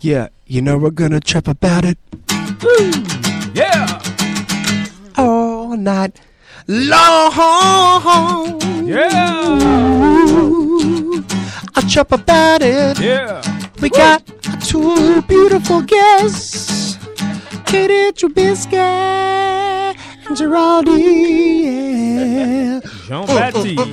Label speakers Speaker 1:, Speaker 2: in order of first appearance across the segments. Speaker 1: Yeah, you know we're gonna trip about it
Speaker 2: Yeah.
Speaker 1: all night long.
Speaker 2: Yeah.
Speaker 1: I'll trip about it.
Speaker 2: Yeah.
Speaker 1: We got two beautiful guests, Katie Trubisky and Giraldi.
Speaker 2: Jean Baptiste.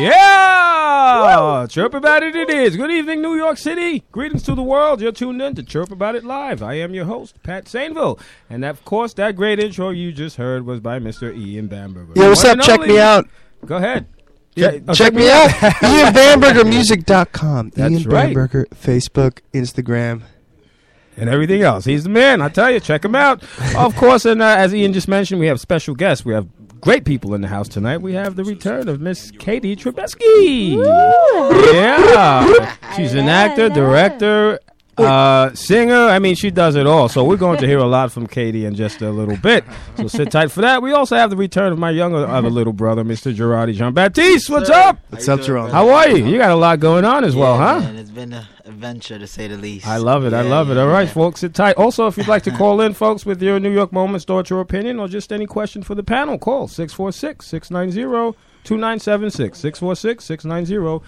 Speaker 2: Yeah. Chirp about it it is. Good evening, New York City. Greetings to the world. You're tuned in to Chirp About It Live. I am your host, Pat Sainville. And of course, that great intro you just heard was by Mr. Ian Bamberger.
Speaker 1: Yo, what's
Speaker 2: One
Speaker 1: up?
Speaker 2: and
Speaker 1: Check
Speaker 2: only.
Speaker 1: me out.
Speaker 2: Go ahead.
Speaker 1: Check,
Speaker 2: Yeah, oh,
Speaker 1: check me out. Ian IanBambergerMusic.com.
Speaker 2: That's
Speaker 1: Ian
Speaker 2: right.
Speaker 1: Bamberger, Facebook, Instagram.
Speaker 2: and everything else. He's the man. I tell you, check him out. of course, and uh, as Ian just mentioned, we have special guests. We have great people in the house tonight. We have the return of Miss Katie Trubisky. Yeah, she's an actor, director. Uh, singer, I mean, she does it all. So, we're going to hear a lot from Katie in just a little bit. So, sit tight for that. We also have the return of my younger, other little brother, Mr. Gerardi Jean Baptiste. What's up?
Speaker 1: What's up, Jerome?
Speaker 2: How are you? You got a lot going on as well, huh?
Speaker 3: Man, it's been an adventure to say the least.
Speaker 2: I love it. I
Speaker 3: Yeah,
Speaker 2: love it.
Speaker 3: yeah,
Speaker 2: All right,
Speaker 3: yeah.
Speaker 2: folks, sit tight. Also, if you'd like to call in, folks, with your New York moments, thoughts, your opinion, or just any question for the panel, call 646 690 2976. 646 690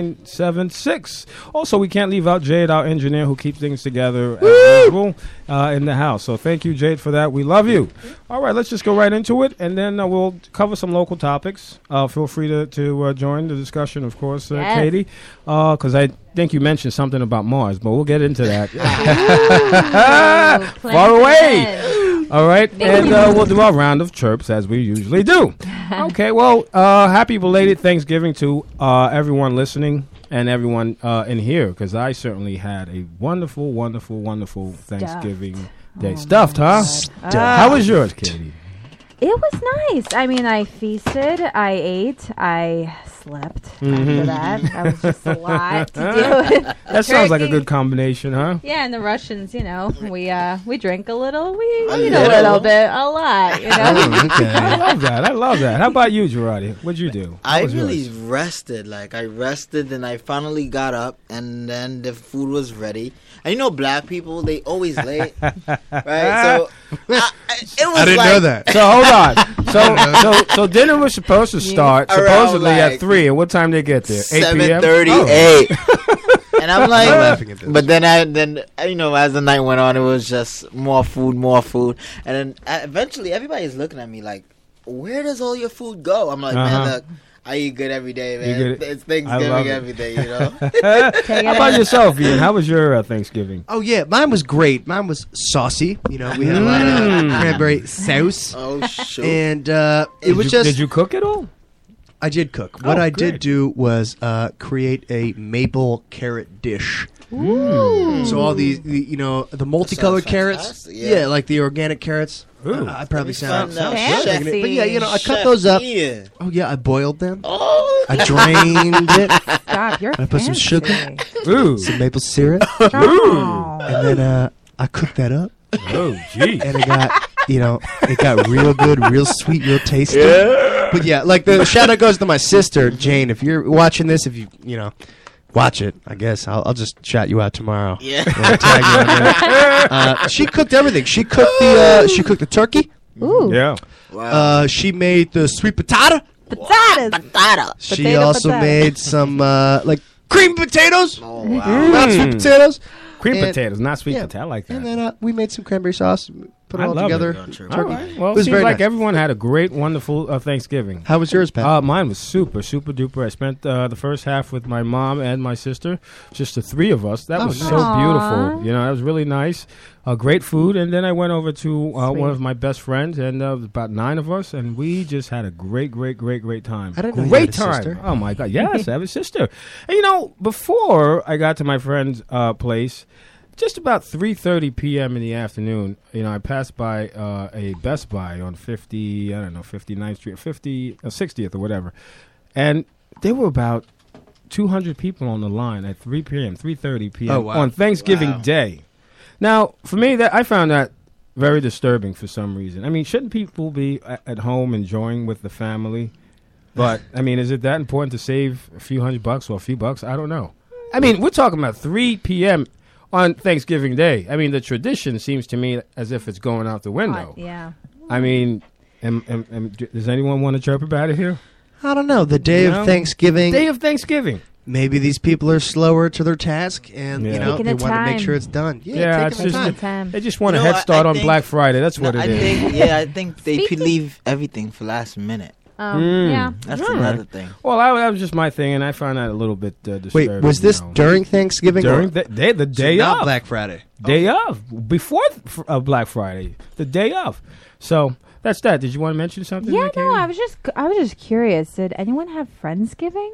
Speaker 2: 2976. Also, we can't leave out Jade, our engineer who keeps things together as usual uh, in the house. So thank you, Jade, for that. We love you. All right, let's just go right into it, and then uh, we'll cover some local topics. Uh, feel free to, to uh, join the discussion, of course, uh,
Speaker 4: Yes.
Speaker 2: Katie, because Uh, I think you mentioned something about Mars, but we'll get into that. Ah, Far away. All right, and uh, we'll do our round of chirps as we usually do. Okay, well, uh, happy belated Thanksgiving to uh, everyone listening and everyone uh, in here, because I certainly had a wonderful, wonderful, wonderful Thanksgiving day. Stuffed, huh? How was yours, Katie?
Speaker 4: It was nice. I mean, I feasted, I ate, I slept after that. That was just a lot to do.
Speaker 2: Mm-hmm. That sounds like a
Speaker 4: Turkey.
Speaker 2: good combination, huh?
Speaker 4: yeah, and the Russians, you know, we uh we drink a little, we eat a
Speaker 3: little.
Speaker 4: little bit, a lot, you know.
Speaker 2: Oh. I love that. I love that. How about you, Gerardi? What'd you do? How
Speaker 3: I
Speaker 2: was
Speaker 3: really
Speaker 2: yours?
Speaker 3: rested. Like I rested, and I finally got up, and then the food was ready. And you know, black people they always late, right? So I, I- it was
Speaker 1: I didn't
Speaker 3: like,
Speaker 1: know that.
Speaker 2: So hold on. So so so dinner was supposed to start
Speaker 3: Around,
Speaker 2: supposedly at
Speaker 3: like,
Speaker 2: three. And what time they get there? Eight p.m.
Speaker 3: Seven thirty
Speaker 2: Oh.
Speaker 3: eight. And I'm like,
Speaker 1: I'm laughing at this.
Speaker 3: but then I then you know as the night went on, it was just more food, more food, and then uh, eventually everybody's looking at me like, where does all your food go? I'm like,
Speaker 2: Uh-huh.
Speaker 3: man, look, I eat good every day,
Speaker 2: You
Speaker 3: man.
Speaker 2: get it.
Speaker 3: It's
Speaker 2: I love
Speaker 3: Thanksgiving
Speaker 2: it.
Speaker 3: every day, you know.
Speaker 4: Take
Speaker 2: How
Speaker 4: it
Speaker 2: about
Speaker 4: in.
Speaker 2: yourself, Ian? How was your uh, Thanksgiving?
Speaker 1: Oh yeah, mine was great. Mine was saucy. You know, we had a lot of
Speaker 2: Mm.
Speaker 1: cranberry sauce,
Speaker 3: oh shoot.
Speaker 1: and uh, it
Speaker 2: Did
Speaker 1: was
Speaker 2: you,
Speaker 1: just.
Speaker 2: Did you cook at all?
Speaker 1: I did cook. What
Speaker 2: Oh,
Speaker 1: I
Speaker 2: great.
Speaker 1: did do was uh, create a maple carrot dish.
Speaker 2: Mm. Hmm.
Speaker 1: So all these, the, you know, the multicolored carrots,
Speaker 3: fantastic,
Speaker 1: yeah.
Speaker 3: yeah.
Speaker 1: like the organic carrots.
Speaker 2: Ooh.
Speaker 1: Uh, I probably sound,
Speaker 3: Sounds
Speaker 1: sound
Speaker 4: fancy.
Speaker 1: sick in it, but yeah, you know, I cut those up. Oh yeah, I boiled them.
Speaker 3: Oh,
Speaker 1: I drained it,
Speaker 4: Stop, you're
Speaker 1: I put some sugar.
Speaker 4: fancy.
Speaker 2: Ooh.
Speaker 1: some maple syrup,
Speaker 4: Oh.
Speaker 1: and then uh, I cooked that up,
Speaker 2: Oh, gee.
Speaker 1: and it got, you know, it got real good, real sweet, real tasty. But yeah, like the shout out goes to my sister Jane. If you're watching this, if you you know, watch it. I guess I'll, I'll just shout you out tomorrow.
Speaker 3: Yeah.
Speaker 1: Or tag you on there. uh, she cooked everything. She cooked the uh, she cooked the turkey.
Speaker 4: Ooh.
Speaker 2: Yeah.
Speaker 3: wow.
Speaker 1: Uh, she made the sweet potato.
Speaker 4: Potatoes.
Speaker 1: She
Speaker 4: Potato,
Speaker 1: also
Speaker 4: potato. Hmm.
Speaker 1: made some uh, like cream potatoes,
Speaker 3: oh wow.
Speaker 1: not sweet potatoes.
Speaker 2: Cream
Speaker 1: And-
Speaker 2: potatoes, not sweet
Speaker 1: yeah.
Speaker 2: potato. I like that.
Speaker 1: And then uh, we made some cranberry sauce. Put it
Speaker 2: I
Speaker 1: all
Speaker 2: love it.
Speaker 1: together.
Speaker 2: all right. Well,
Speaker 1: It
Speaker 2: it
Speaker 1: was
Speaker 2: seems
Speaker 1: very
Speaker 2: like
Speaker 1: nice.
Speaker 2: everyone had a great, wonderful uh, Thanksgiving.
Speaker 1: How was yours, Pat?
Speaker 2: Uh, mine was super, super duper. I spent uh, the first half with my mom and my sister, just the three of us. That
Speaker 1: Oh,
Speaker 2: was
Speaker 1: nice.
Speaker 2: so
Speaker 4: Aw.
Speaker 2: beautiful. You know, that was really nice. Uh, great food. And then I went over to uh, one of my best friends, and uh, about nine of us, and we just had a great, great, great, great time.
Speaker 1: I didn't know you had
Speaker 2: great
Speaker 1: a
Speaker 2: time.
Speaker 1: sister.
Speaker 2: Oh my god! Yes, I have a sister. And you know, before I got to my friend's uh, place. Just about 3:30 p.m. in the afternoon, you know, I passed by uh, a Best Buy on 50, I don't know, 59th Street, 50, uh, 60th or whatever, and there were about 200 people on the line at 3 p.m., 3:30 p.m.
Speaker 1: Oh, wow.
Speaker 2: on Thanksgiving
Speaker 3: Wow.
Speaker 2: Day. Now, for me, that I found that very disturbing for some reason. I mean, shouldn't people be a- at home enjoying with the family? But I mean, is it that important to save a few hundred bucks or a few bucks? I don't know. I mean, we're talking about 3 p.m. on Thanksgiving Day. I mean, the tradition seems to me as if it's going out the window.
Speaker 4: yeah.
Speaker 2: I mean, am, am, am, d- does anyone want to chirp about it here?
Speaker 5: I don't know. The day
Speaker 2: No.
Speaker 5: of Thanksgiving,
Speaker 2: Day of Thanksgiving.
Speaker 5: maybe these people are slower to their task, and
Speaker 2: Yeah.
Speaker 5: you know
Speaker 4: Taking
Speaker 5: they
Speaker 4: the
Speaker 5: want to make
Speaker 4: time.
Speaker 5: sure it's done. Yeah, taking
Speaker 2: Yeah, it's
Speaker 5: their
Speaker 2: just-
Speaker 5: time.
Speaker 4: time.
Speaker 2: They just want
Speaker 3: You
Speaker 2: a
Speaker 3: know,
Speaker 2: head
Speaker 3: I-
Speaker 2: start
Speaker 3: I
Speaker 2: on
Speaker 3: think-
Speaker 2: Black Friday. That's what
Speaker 3: I
Speaker 2: it is.
Speaker 3: think yeah, I think they
Speaker 4: Speaking-
Speaker 3: could leave everything for last minute.
Speaker 4: Um,
Speaker 2: Mm.
Speaker 4: Yeah.
Speaker 3: That's
Speaker 2: Alright.
Speaker 3: another thing.
Speaker 2: Well, I, that was just my thing, and I found that a little bit uh,
Speaker 5: Wait,
Speaker 2: disturbing.
Speaker 5: was this
Speaker 2: you know.
Speaker 5: during Thanksgiving?
Speaker 2: during
Speaker 5: or-
Speaker 2: the day, the
Speaker 5: So
Speaker 2: day
Speaker 5: not
Speaker 2: of,
Speaker 5: Black Friday.
Speaker 2: day of, before fr- uh, Black Friday, the day of? So that's that. Did you want to mention something?
Speaker 4: Yeah,
Speaker 2: Nikki?
Speaker 4: no, I was just I was just curious. Did anyone have Friendsgiving?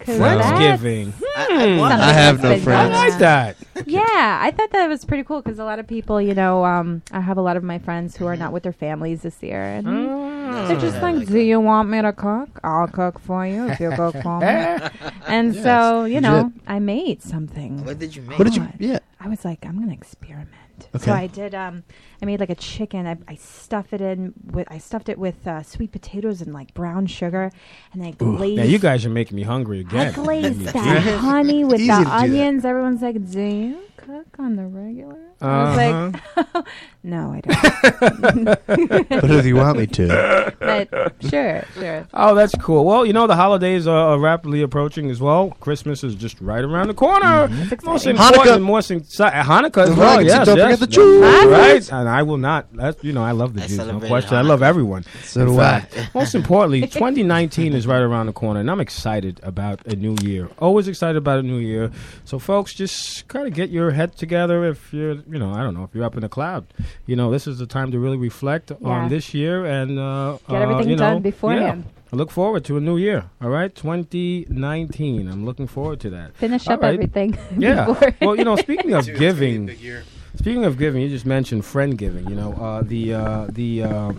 Speaker 4: 'Cause
Speaker 2: Friendsgiving.
Speaker 3: I, I, want-
Speaker 4: Something
Speaker 5: I have
Speaker 4: that's
Speaker 5: no
Speaker 4: been
Speaker 2: I
Speaker 5: friends.
Speaker 4: going on.
Speaker 2: like that.
Speaker 4: yeah, I thought that was pretty cool because a lot of people, you know, um, I have a lot of my friends who are not with their families this year, and
Speaker 2: Oh.
Speaker 4: they're just
Speaker 3: Yeah,
Speaker 4: like,
Speaker 3: like
Speaker 4: "Do you want me to cook? I'll cook for you if you cook for me."
Speaker 2: Eh,
Speaker 4: and
Speaker 5: Yeah,
Speaker 4: so, you know,
Speaker 5: legit.
Speaker 4: I made something.
Speaker 3: What did you make?
Speaker 5: What did you?
Speaker 4: God.
Speaker 5: Yeah.
Speaker 4: I was like, I'm gonna experiment.
Speaker 5: Okay.
Speaker 4: So I did. Um, I made like a chicken. I, I stuffed it in. With, I stuffed it with uh, sweet potatoes and like brown sugar, and I glazed.
Speaker 2: now you guys are making me hungry
Speaker 4: I
Speaker 2: again.
Speaker 4: glazed that honey with
Speaker 5: Easy
Speaker 4: the
Speaker 5: to do that.
Speaker 4: onions. Everyone's like, "Do you cook on the regular?"
Speaker 2: Uh-huh.
Speaker 4: I was like, "No, I don't."
Speaker 5: But if you want me to,
Speaker 4: but sure, sure.
Speaker 2: Oh, that's cool. Well, you know the holidays are, are rapidly approaching as well. Christmas is just right around the corner.
Speaker 5: Mm-hmm.
Speaker 2: Most
Speaker 4: exciting.
Speaker 2: important,
Speaker 5: Hanukkah.
Speaker 2: and most inci- Hanukkah as
Speaker 5: Hanukkah,
Speaker 2: well.
Speaker 5: so
Speaker 2: Yes,
Speaker 5: don't
Speaker 2: yes,
Speaker 5: forget the
Speaker 2: yes.
Speaker 5: Jews.
Speaker 2: Right, and I will not. That's, you know, I love the
Speaker 3: I
Speaker 2: Jews. No
Speaker 3: celebrated
Speaker 2: question. I love
Speaker 3: Hanukkah.
Speaker 2: everyone.
Speaker 5: so do I.
Speaker 2: But most importantly, 2019 is right around the corner, and I'm excited about a new year. Always excited about a new year. So, folks, just kind of get your head together. If you're, you know, I don't know, if you're up in the cloud, you know, this is the time to really reflect
Speaker 4: Yeah.
Speaker 2: on this year and uh,
Speaker 4: Get
Speaker 2: uh,
Speaker 4: everything
Speaker 2: you know,
Speaker 4: done beforehand.
Speaker 2: yeah. I look forward to a new year. All right, 2019. I'm looking forward to that.
Speaker 4: Finish
Speaker 2: All
Speaker 4: up
Speaker 2: right.
Speaker 4: everything.
Speaker 2: Yeah.
Speaker 4: before.
Speaker 2: well, you know, speaking of giving,
Speaker 5: year.
Speaker 2: Speaking of giving, you just mentioned friend giving. You know, uh, the uh, the uh,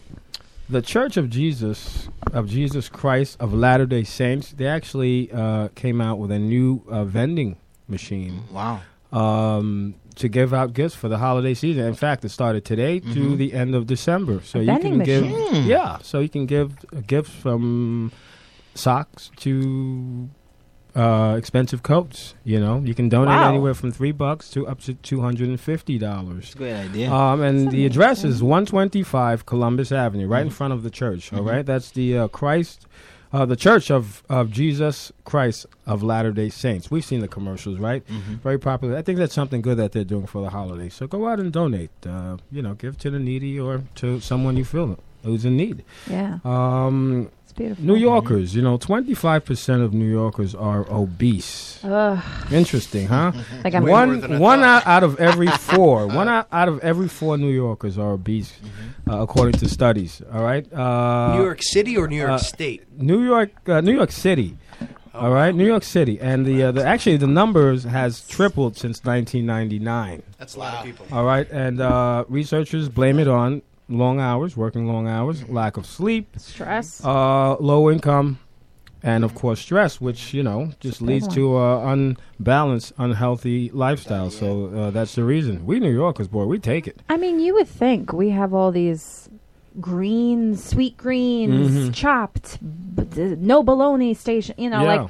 Speaker 2: the Church of Jesus of Jesus Christ of Latter Day Saints. They actually uh, came out with a new uh, vending machine
Speaker 3: Wow.
Speaker 2: um, to give out gifts for the holiday season. In fact, it started today to the end of December. So
Speaker 4: Mm-hmm. A
Speaker 2: you
Speaker 4: vending
Speaker 2: can give,
Speaker 3: machine. Hmm.
Speaker 2: yeah. So you can give uh, gifts from socks to uh, expensive coats. You know, you can donate
Speaker 4: Wow.
Speaker 2: anywhere from three bucks to up to two hundred and fifty dollars.
Speaker 3: It's a great idea.
Speaker 2: Um, and
Speaker 4: That's
Speaker 2: the address
Speaker 4: amazing.
Speaker 2: is 125 Columbus Avenue, right in front of the church. all right, that's the uh, Christ, uh, the Church of of Jesus Christ of Latter Day Saints. We've seen the commercials, right? Very popular. I think that's something good that they're doing for the holidays. So go out and donate. Uh, you know, give to the needy or to someone you feel who's in need.
Speaker 4: yeah,
Speaker 2: Um,
Speaker 4: it's beautiful.
Speaker 2: New Yorkers, you know, 25 percent of New Yorkers are obese.
Speaker 4: Ugh,
Speaker 2: Interesting, huh?
Speaker 4: like I'm
Speaker 5: more
Speaker 2: one
Speaker 5: than I
Speaker 2: one out, out of every four one out, out of every four New Yorkers are obese,
Speaker 5: Mm-hmm.
Speaker 2: uh, according to studies. All right, uh,
Speaker 1: New York City or New York
Speaker 2: uh,
Speaker 1: State?
Speaker 2: New York, uh, New York City.
Speaker 5: Oh,
Speaker 2: All right, New York City, and the, uh, the actually the numbers has tripled since 1999.
Speaker 1: That's a lot of people.
Speaker 2: All right, and uh, researchers blame it on long hours, working long hours, lack of sleep,
Speaker 4: stress.
Speaker 2: uh, low income, and of course stress, which you know just
Speaker 4: big
Speaker 2: leads
Speaker 4: one.
Speaker 2: to an unbalanced, unhealthy lifestyle. So uh, that's the reason we New Yorkers, boy, we take it.
Speaker 4: I mean, you would think we have all these greens, sweet greens,
Speaker 2: Mhm.
Speaker 4: chopped, b- d- no bologna station, you know,
Speaker 2: yeah,
Speaker 4: like,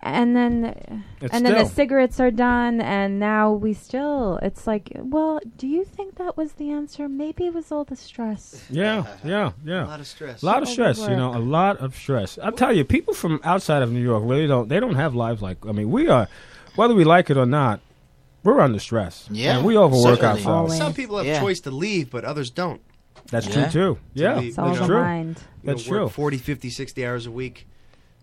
Speaker 4: and then,
Speaker 2: it's
Speaker 4: and
Speaker 2: still.
Speaker 4: then the cigarettes are done, and now we still, it's like, well, do you think that was the answer? Maybe it was all the stress.
Speaker 2: yeah, yeah,
Speaker 1: A
Speaker 2: yeah.
Speaker 1: lot of stress.
Speaker 2: A lot of stress, you
Speaker 4: Overwork.
Speaker 2: know, a lot of stress. I'll tell you, people from outside of New York really don't. They don't have lives like. I mean, we are, whether we like it or not, we're under stress.
Speaker 3: Yeah,
Speaker 2: and we overwork
Speaker 1: certainly.
Speaker 2: ourselves.
Speaker 4: Always.
Speaker 1: Some people have
Speaker 3: Yeah.
Speaker 1: choice to leave, but others don't.
Speaker 2: That's
Speaker 3: Yeah.
Speaker 2: true too. Yeah,
Speaker 1: leave.
Speaker 4: It's all
Speaker 2: that's
Speaker 4: the
Speaker 1: Yeah.
Speaker 2: true.
Speaker 4: mind.
Speaker 1: You know,
Speaker 2: That's
Speaker 1: work
Speaker 2: true.
Speaker 1: 40, 50, 60 hours a week.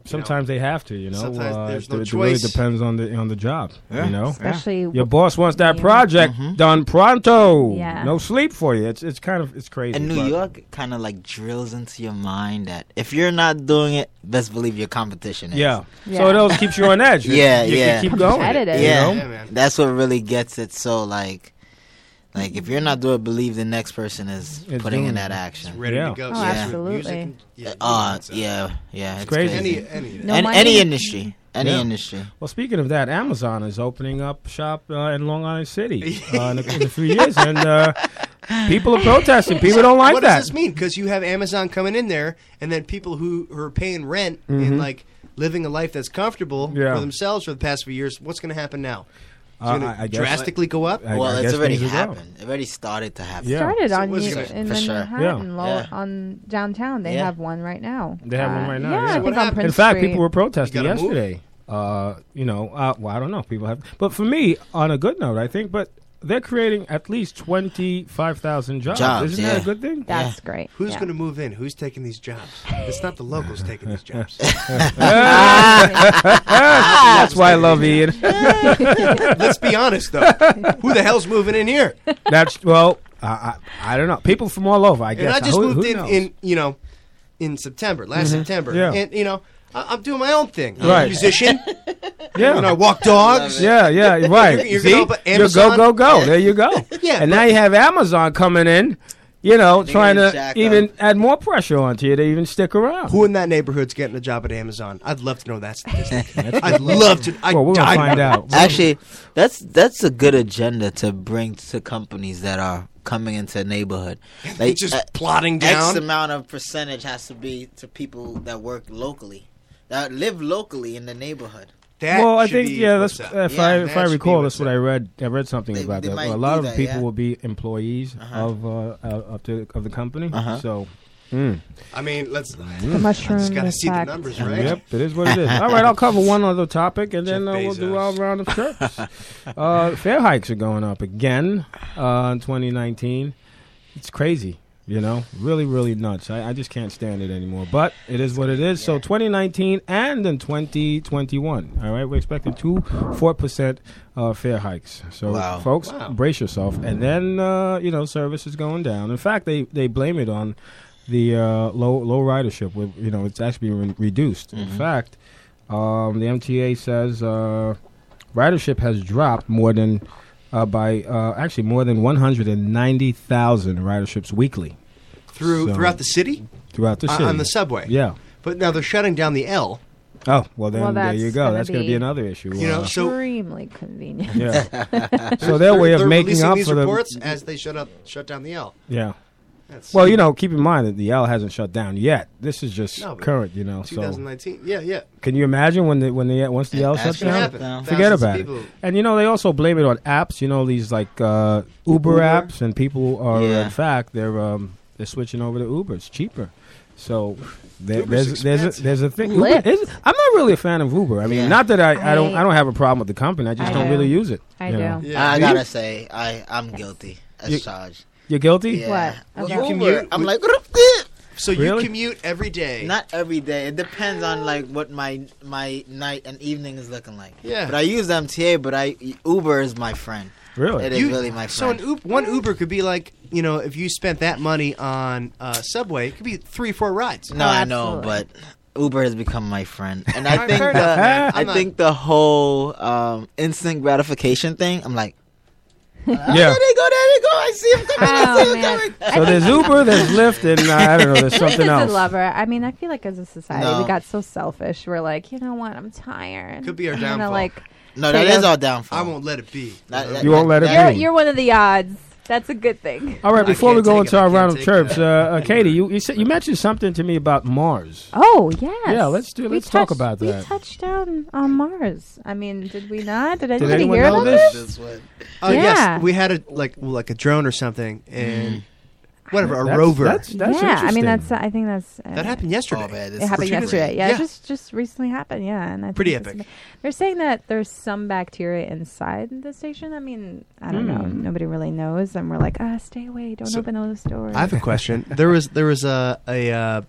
Speaker 2: Sometimes they have to, you know.
Speaker 1: Sometimes
Speaker 2: uh,
Speaker 1: there's
Speaker 2: it-
Speaker 1: no
Speaker 2: it, really
Speaker 1: choice.
Speaker 2: depends on the on the job,
Speaker 3: Yeah.
Speaker 2: you know.
Speaker 4: Especially,
Speaker 2: Your
Speaker 4: w-
Speaker 2: boss wants that
Speaker 4: Yeah.
Speaker 2: project
Speaker 1: Mm-hmm.
Speaker 2: done pronto.
Speaker 4: Yeah.
Speaker 2: No sleep for you. It's it's kind of it's crazy.
Speaker 3: and New
Speaker 2: but-
Speaker 3: York kind of like drills into your mind that if you're not doing it, best believe your competition is.
Speaker 2: Yeah.
Speaker 4: Yeah.
Speaker 2: So it always keeps you on edge. You-
Speaker 3: Yeah,
Speaker 2: you can
Speaker 3: yeah.
Speaker 2: keep going.
Speaker 4: Competitive.
Speaker 2: you
Speaker 3: Yeah,
Speaker 2: know?
Speaker 1: Yeah, man.
Speaker 3: that's what really gets it. So like, like if you're not doing it, believe the next person is
Speaker 2: It's
Speaker 3: putting
Speaker 2: doing
Speaker 3: in that
Speaker 2: it.
Speaker 3: action.
Speaker 1: Ready
Speaker 2: Yeah.
Speaker 1: to go.
Speaker 4: Oh,
Speaker 1: So it's
Speaker 4: absolutely.
Speaker 1: music and- yeah,
Speaker 3: Uh,
Speaker 1: it's,
Speaker 3: yeah, yeah, it's,
Speaker 2: crazy.
Speaker 1: Any, any. of that.
Speaker 4: No
Speaker 3: and
Speaker 4: money.
Speaker 3: any industry, any
Speaker 2: Yeah.
Speaker 3: industry.
Speaker 2: Well, speaking of that, Amazon is opening up shop uh, in Long Island City uh, in, a, in a few years, and uh, people are protesting. People don't like
Speaker 1: what
Speaker 2: that.
Speaker 1: does this mean? Because you have Amazon coming in there, and then people who, who are paying rent
Speaker 2: Mhm.
Speaker 1: in like living a life that's comfortable
Speaker 2: Yeah.
Speaker 1: for themselves for the past few years, what's going to happen now? It's
Speaker 2: Uh,
Speaker 1: going
Speaker 2: I- I
Speaker 1: to
Speaker 2: guess- Uh,
Speaker 1: drastically go up.
Speaker 2: I-
Speaker 3: well,
Speaker 2: I
Speaker 3: it's
Speaker 2: guess
Speaker 3: already
Speaker 2: things are wrong.
Speaker 3: happened. It already started to happen.
Speaker 2: Yeah.
Speaker 4: started
Speaker 1: So
Speaker 4: on
Speaker 1: what's
Speaker 4: you
Speaker 1: gonna-
Speaker 4: in
Speaker 3: For
Speaker 4: the
Speaker 3: sure.
Speaker 4: Manhattan, lo-
Speaker 3: Yeah.
Speaker 4: on downtown. They
Speaker 3: Yeah.
Speaker 4: have one right now.
Speaker 2: They have one
Speaker 4: Uh,
Speaker 2: right now,
Speaker 4: Yeah,
Speaker 2: yeah.
Speaker 4: I
Speaker 1: What
Speaker 4: think on
Speaker 1: happened?
Speaker 4: Prince
Speaker 2: In fact,
Speaker 4: Street.
Speaker 2: people were protesting
Speaker 1: You gotta move.
Speaker 2: yesterday. Uh, you know, uh, well, I don't know. People have, but for me, on a good note, I think. But they're creating at least twenty five thousand jobs.
Speaker 3: Jobs,
Speaker 2: Isn't that
Speaker 3: yeah.
Speaker 2: a good thing?
Speaker 4: That's great.
Speaker 1: Who's
Speaker 4: yeah.
Speaker 1: going to move in? Who's taking these jobs? It's not the locals taking these jobs.
Speaker 2: That's why I love Ian.
Speaker 1: Let's be honest, though. Who the hell's moving in here?
Speaker 2: That's well, I, I I don't know. People from all over, I guess.
Speaker 1: And I just
Speaker 2: Who-
Speaker 1: moved
Speaker 2: who
Speaker 1: in,
Speaker 2: knows? Mm-hmm.
Speaker 1: in, you know, in September, last September.
Speaker 2: Yeah.
Speaker 1: And, you know, I, I'm doing my own thing. I'm
Speaker 2: Right.
Speaker 1: a musician,
Speaker 2: yeah.
Speaker 1: and I walk dogs.
Speaker 2: Yeah, yeah, right.
Speaker 1: You- you
Speaker 2: See?
Speaker 1: can open
Speaker 2: You go,
Speaker 1: Amazon.
Speaker 2: go, go. There you go.
Speaker 1: Yeah,
Speaker 2: and
Speaker 1: but-
Speaker 2: now you have Amazon coming in, you know,
Speaker 3: They're
Speaker 2: trying
Speaker 3: gonna
Speaker 2: to
Speaker 3: jack
Speaker 2: even
Speaker 3: up.
Speaker 2: add more pressure onto you to even stick around.
Speaker 1: Who in that neighborhood's getting a job at Amazon? I'd love to know that statistic. I'd love to. I
Speaker 2: well, we're gonna
Speaker 1: died
Speaker 2: find
Speaker 1: for it.
Speaker 2: out.
Speaker 3: Actually, that's that's a good agenda to bring to companies that are coming into a neighborhood. Like
Speaker 1: just
Speaker 3: uh,
Speaker 1: plotting
Speaker 3: X
Speaker 1: down.
Speaker 3: amount of percentage has to be to people that work locally, that live locally in the neighborhood.
Speaker 1: That
Speaker 2: well, I
Speaker 1: should
Speaker 2: think
Speaker 1: be
Speaker 2: yeah. That's
Speaker 1: what's up.
Speaker 2: if
Speaker 3: Yeah,
Speaker 2: I if
Speaker 1: that
Speaker 2: I
Speaker 1: should be
Speaker 2: recall,
Speaker 1: what's
Speaker 2: that's what
Speaker 1: up.
Speaker 2: I read. I read something
Speaker 3: They-
Speaker 2: about
Speaker 3: they
Speaker 2: that.
Speaker 3: might
Speaker 2: Well, a lot
Speaker 3: do
Speaker 2: of
Speaker 3: that,
Speaker 2: people
Speaker 3: yeah.
Speaker 2: will be employees
Speaker 3: Uh-huh.
Speaker 2: of uh, uh, of the of the company.
Speaker 3: Uh-huh.
Speaker 2: So
Speaker 1: I mean, let's.
Speaker 4: The
Speaker 1: I
Speaker 4: mushroom
Speaker 1: just gotta see the
Speaker 4: effect.
Speaker 1: numbers, right?
Speaker 2: yep, it is what it is. All right, I'll cover one other topic, and then uh,
Speaker 1: Jeff
Speaker 2: we'll do
Speaker 1: Bezos.
Speaker 2: our round of trips. uh, fare hikes are going up again uh, in 2019. It's crazy, you know, really, really nuts. I, I just can't stand it anymore. But it is what it is. So 2019 and in 2021. All right, we're expecting two four percent uh, fare hikes. So
Speaker 3: Wow.
Speaker 2: folks,
Speaker 1: Wow.
Speaker 2: brace yourself. And then uh, you know, service is going down. In fact, they they blame it on the uh, low low ridership. With you know, it's actually been reduced. In
Speaker 1: Mm-hmm.
Speaker 2: fact, um, the MTA says uh, ridership has dropped more than uh, by uh, actually more than one hundred and ninety thousand riderships weekly
Speaker 1: Through
Speaker 2: So-
Speaker 1: throughout the city, uh,
Speaker 2: throughout the
Speaker 1: on-
Speaker 2: city.
Speaker 1: on the subway.
Speaker 2: yeah.
Speaker 1: But now they're shutting down the L.
Speaker 2: Oh well, then
Speaker 4: Well,
Speaker 2: there
Speaker 4: that's
Speaker 2: you go.
Speaker 4: gonna
Speaker 2: That's going to be
Speaker 4: be-
Speaker 2: another issue.
Speaker 1: You know,
Speaker 2: Uh,
Speaker 1: so
Speaker 4: Extremely convenient.
Speaker 2: yeah. so their
Speaker 1: they're,
Speaker 2: way of
Speaker 1: they're
Speaker 2: making
Speaker 1: releasing
Speaker 2: up
Speaker 1: these
Speaker 2: for the
Speaker 1: reports as they shut up, shut down the L.
Speaker 2: yeah.
Speaker 1: That's
Speaker 2: Well, you know, keep in mind that the L hasn't shut down yet. This is just
Speaker 1: No, but
Speaker 2: current, you know. So
Speaker 1: 2019. Yeah, yeah.
Speaker 2: can you imagine when the when the once the L
Speaker 3: That's
Speaker 2: shuts
Speaker 1: It's gonna
Speaker 2: down?
Speaker 1: happen.
Speaker 3: Now,
Speaker 2: Forget
Speaker 1: Thousands of
Speaker 2: about
Speaker 1: people-
Speaker 2: it. And you know, they also blame it on apps. You know, these like uh, Uber,
Speaker 3: Uber.
Speaker 2: apps, and people are
Speaker 3: Yeah.
Speaker 2: in fact they're um, they're switching over to Uber. It's cheaper. So there,
Speaker 1: Uber's
Speaker 2: there's there's a,
Speaker 1: expensive.
Speaker 2: there's a thing.
Speaker 4: Lyft.
Speaker 2: Uber is, I'm not really a fan of Uber. I mean,
Speaker 3: Yeah.
Speaker 2: not that I, I don't
Speaker 4: I-
Speaker 2: I don't have a problem with the company. I just
Speaker 4: I
Speaker 2: don't
Speaker 4: do.
Speaker 2: really use it.
Speaker 4: I
Speaker 2: you know.
Speaker 4: do.
Speaker 1: Yeah.
Speaker 3: I
Speaker 1: You-
Speaker 3: gotta say, I I'm guilty as
Speaker 2: You-
Speaker 3: charged.
Speaker 2: You're guilty.
Speaker 3: Yeah.
Speaker 4: What?
Speaker 3: Well,
Speaker 4: Okay.
Speaker 1: You
Speaker 3: Uber,
Speaker 1: commute
Speaker 3: I'm
Speaker 1: with-
Speaker 3: like, eh."
Speaker 1: So you
Speaker 2: Really?
Speaker 1: commute every day.
Speaker 3: not every day. It depends on like what my my night and evening is looking like.
Speaker 1: Yeah.
Speaker 3: But I use MTA, but I Uber is my friend.
Speaker 2: Really?
Speaker 3: It is really my
Speaker 1: so an
Speaker 3: friend.
Speaker 1: Uber, one Uber could be like you know if you spent that money on uh, subway, it could be three four rides.
Speaker 3: No,
Speaker 4: Oh,
Speaker 3: I know, but
Speaker 4: absolutely.
Speaker 3: Uber has become my friend, and I
Speaker 1: I've
Speaker 3: think
Speaker 1: heard
Speaker 3: the
Speaker 1: that, man.
Speaker 3: I
Speaker 1: I'm not-
Speaker 3: think the whole um, instant gratification thing. I'm like, oh,
Speaker 2: Yeah.
Speaker 3: there they go, there they go. I see him coming. I see
Speaker 4: Oh
Speaker 3: him
Speaker 4: man.
Speaker 3: coming.
Speaker 2: So there's Uber, there's Lyft, and uh, I don't know, there's
Speaker 4: Just
Speaker 2: something
Speaker 4: a
Speaker 2: else.
Speaker 4: lover. I mean, I feel like as a society,
Speaker 3: No.
Speaker 4: we got so selfish. We're like, you know what? I'm tired.
Speaker 1: Could be our
Speaker 4: I'm gonna,
Speaker 1: downfall.
Speaker 4: Like,
Speaker 3: No, that is all downfall.
Speaker 1: I won't let it be.
Speaker 3: That- that-
Speaker 2: You won't let it
Speaker 3: that-
Speaker 4: you're,
Speaker 2: be.
Speaker 4: you're one of the odds. That's a good thing.
Speaker 2: All right,
Speaker 1: I
Speaker 2: before we
Speaker 1: can't
Speaker 2: go
Speaker 1: take
Speaker 2: into
Speaker 1: it. I
Speaker 2: our
Speaker 1: can't
Speaker 2: round of
Speaker 1: take
Speaker 2: chirps, uh,
Speaker 1: that.
Speaker 2: uh, Katie, you you, said, you mentioned something to me about Mars.
Speaker 4: Oh yes.
Speaker 2: Yeah, let's do-
Speaker 4: We
Speaker 2: let's talk
Speaker 4: touched-
Speaker 2: about that.
Speaker 4: We touched down on Mars. I mean, did we not? Did
Speaker 2: Did
Speaker 4: anybody
Speaker 2: anyone
Speaker 4: hear
Speaker 2: know
Speaker 4: about
Speaker 2: this?
Speaker 3: That's what-
Speaker 1: Uh,
Speaker 4: Yeah.
Speaker 1: Yes, we had a like well, like a drone or something
Speaker 3: Mm.
Speaker 1: and whatever a
Speaker 2: That's-
Speaker 1: rover
Speaker 2: That's, that's
Speaker 4: yeah, I
Speaker 2: interesting.
Speaker 4: mean that's. I think that's. Uh,
Speaker 1: that happened yesterday.
Speaker 3: Oh man, this
Speaker 4: It
Speaker 3: is
Speaker 4: happened
Speaker 3: crazy.
Speaker 4: yesterday. Yeah, it
Speaker 1: Yeah.
Speaker 4: just just recently happened. Yeah, and I think
Speaker 1: Pretty
Speaker 4: it's-
Speaker 1: epic.
Speaker 4: They're saying that there's some bacteria inside the station. I mean, I don't know.
Speaker 2: Hmm.
Speaker 4: Nobody really knows, and we're like, ah, stay away, don't
Speaker 1: So-
Speaker 4: open those doors.
Speaker 1: I have a question. There was there was a a uh,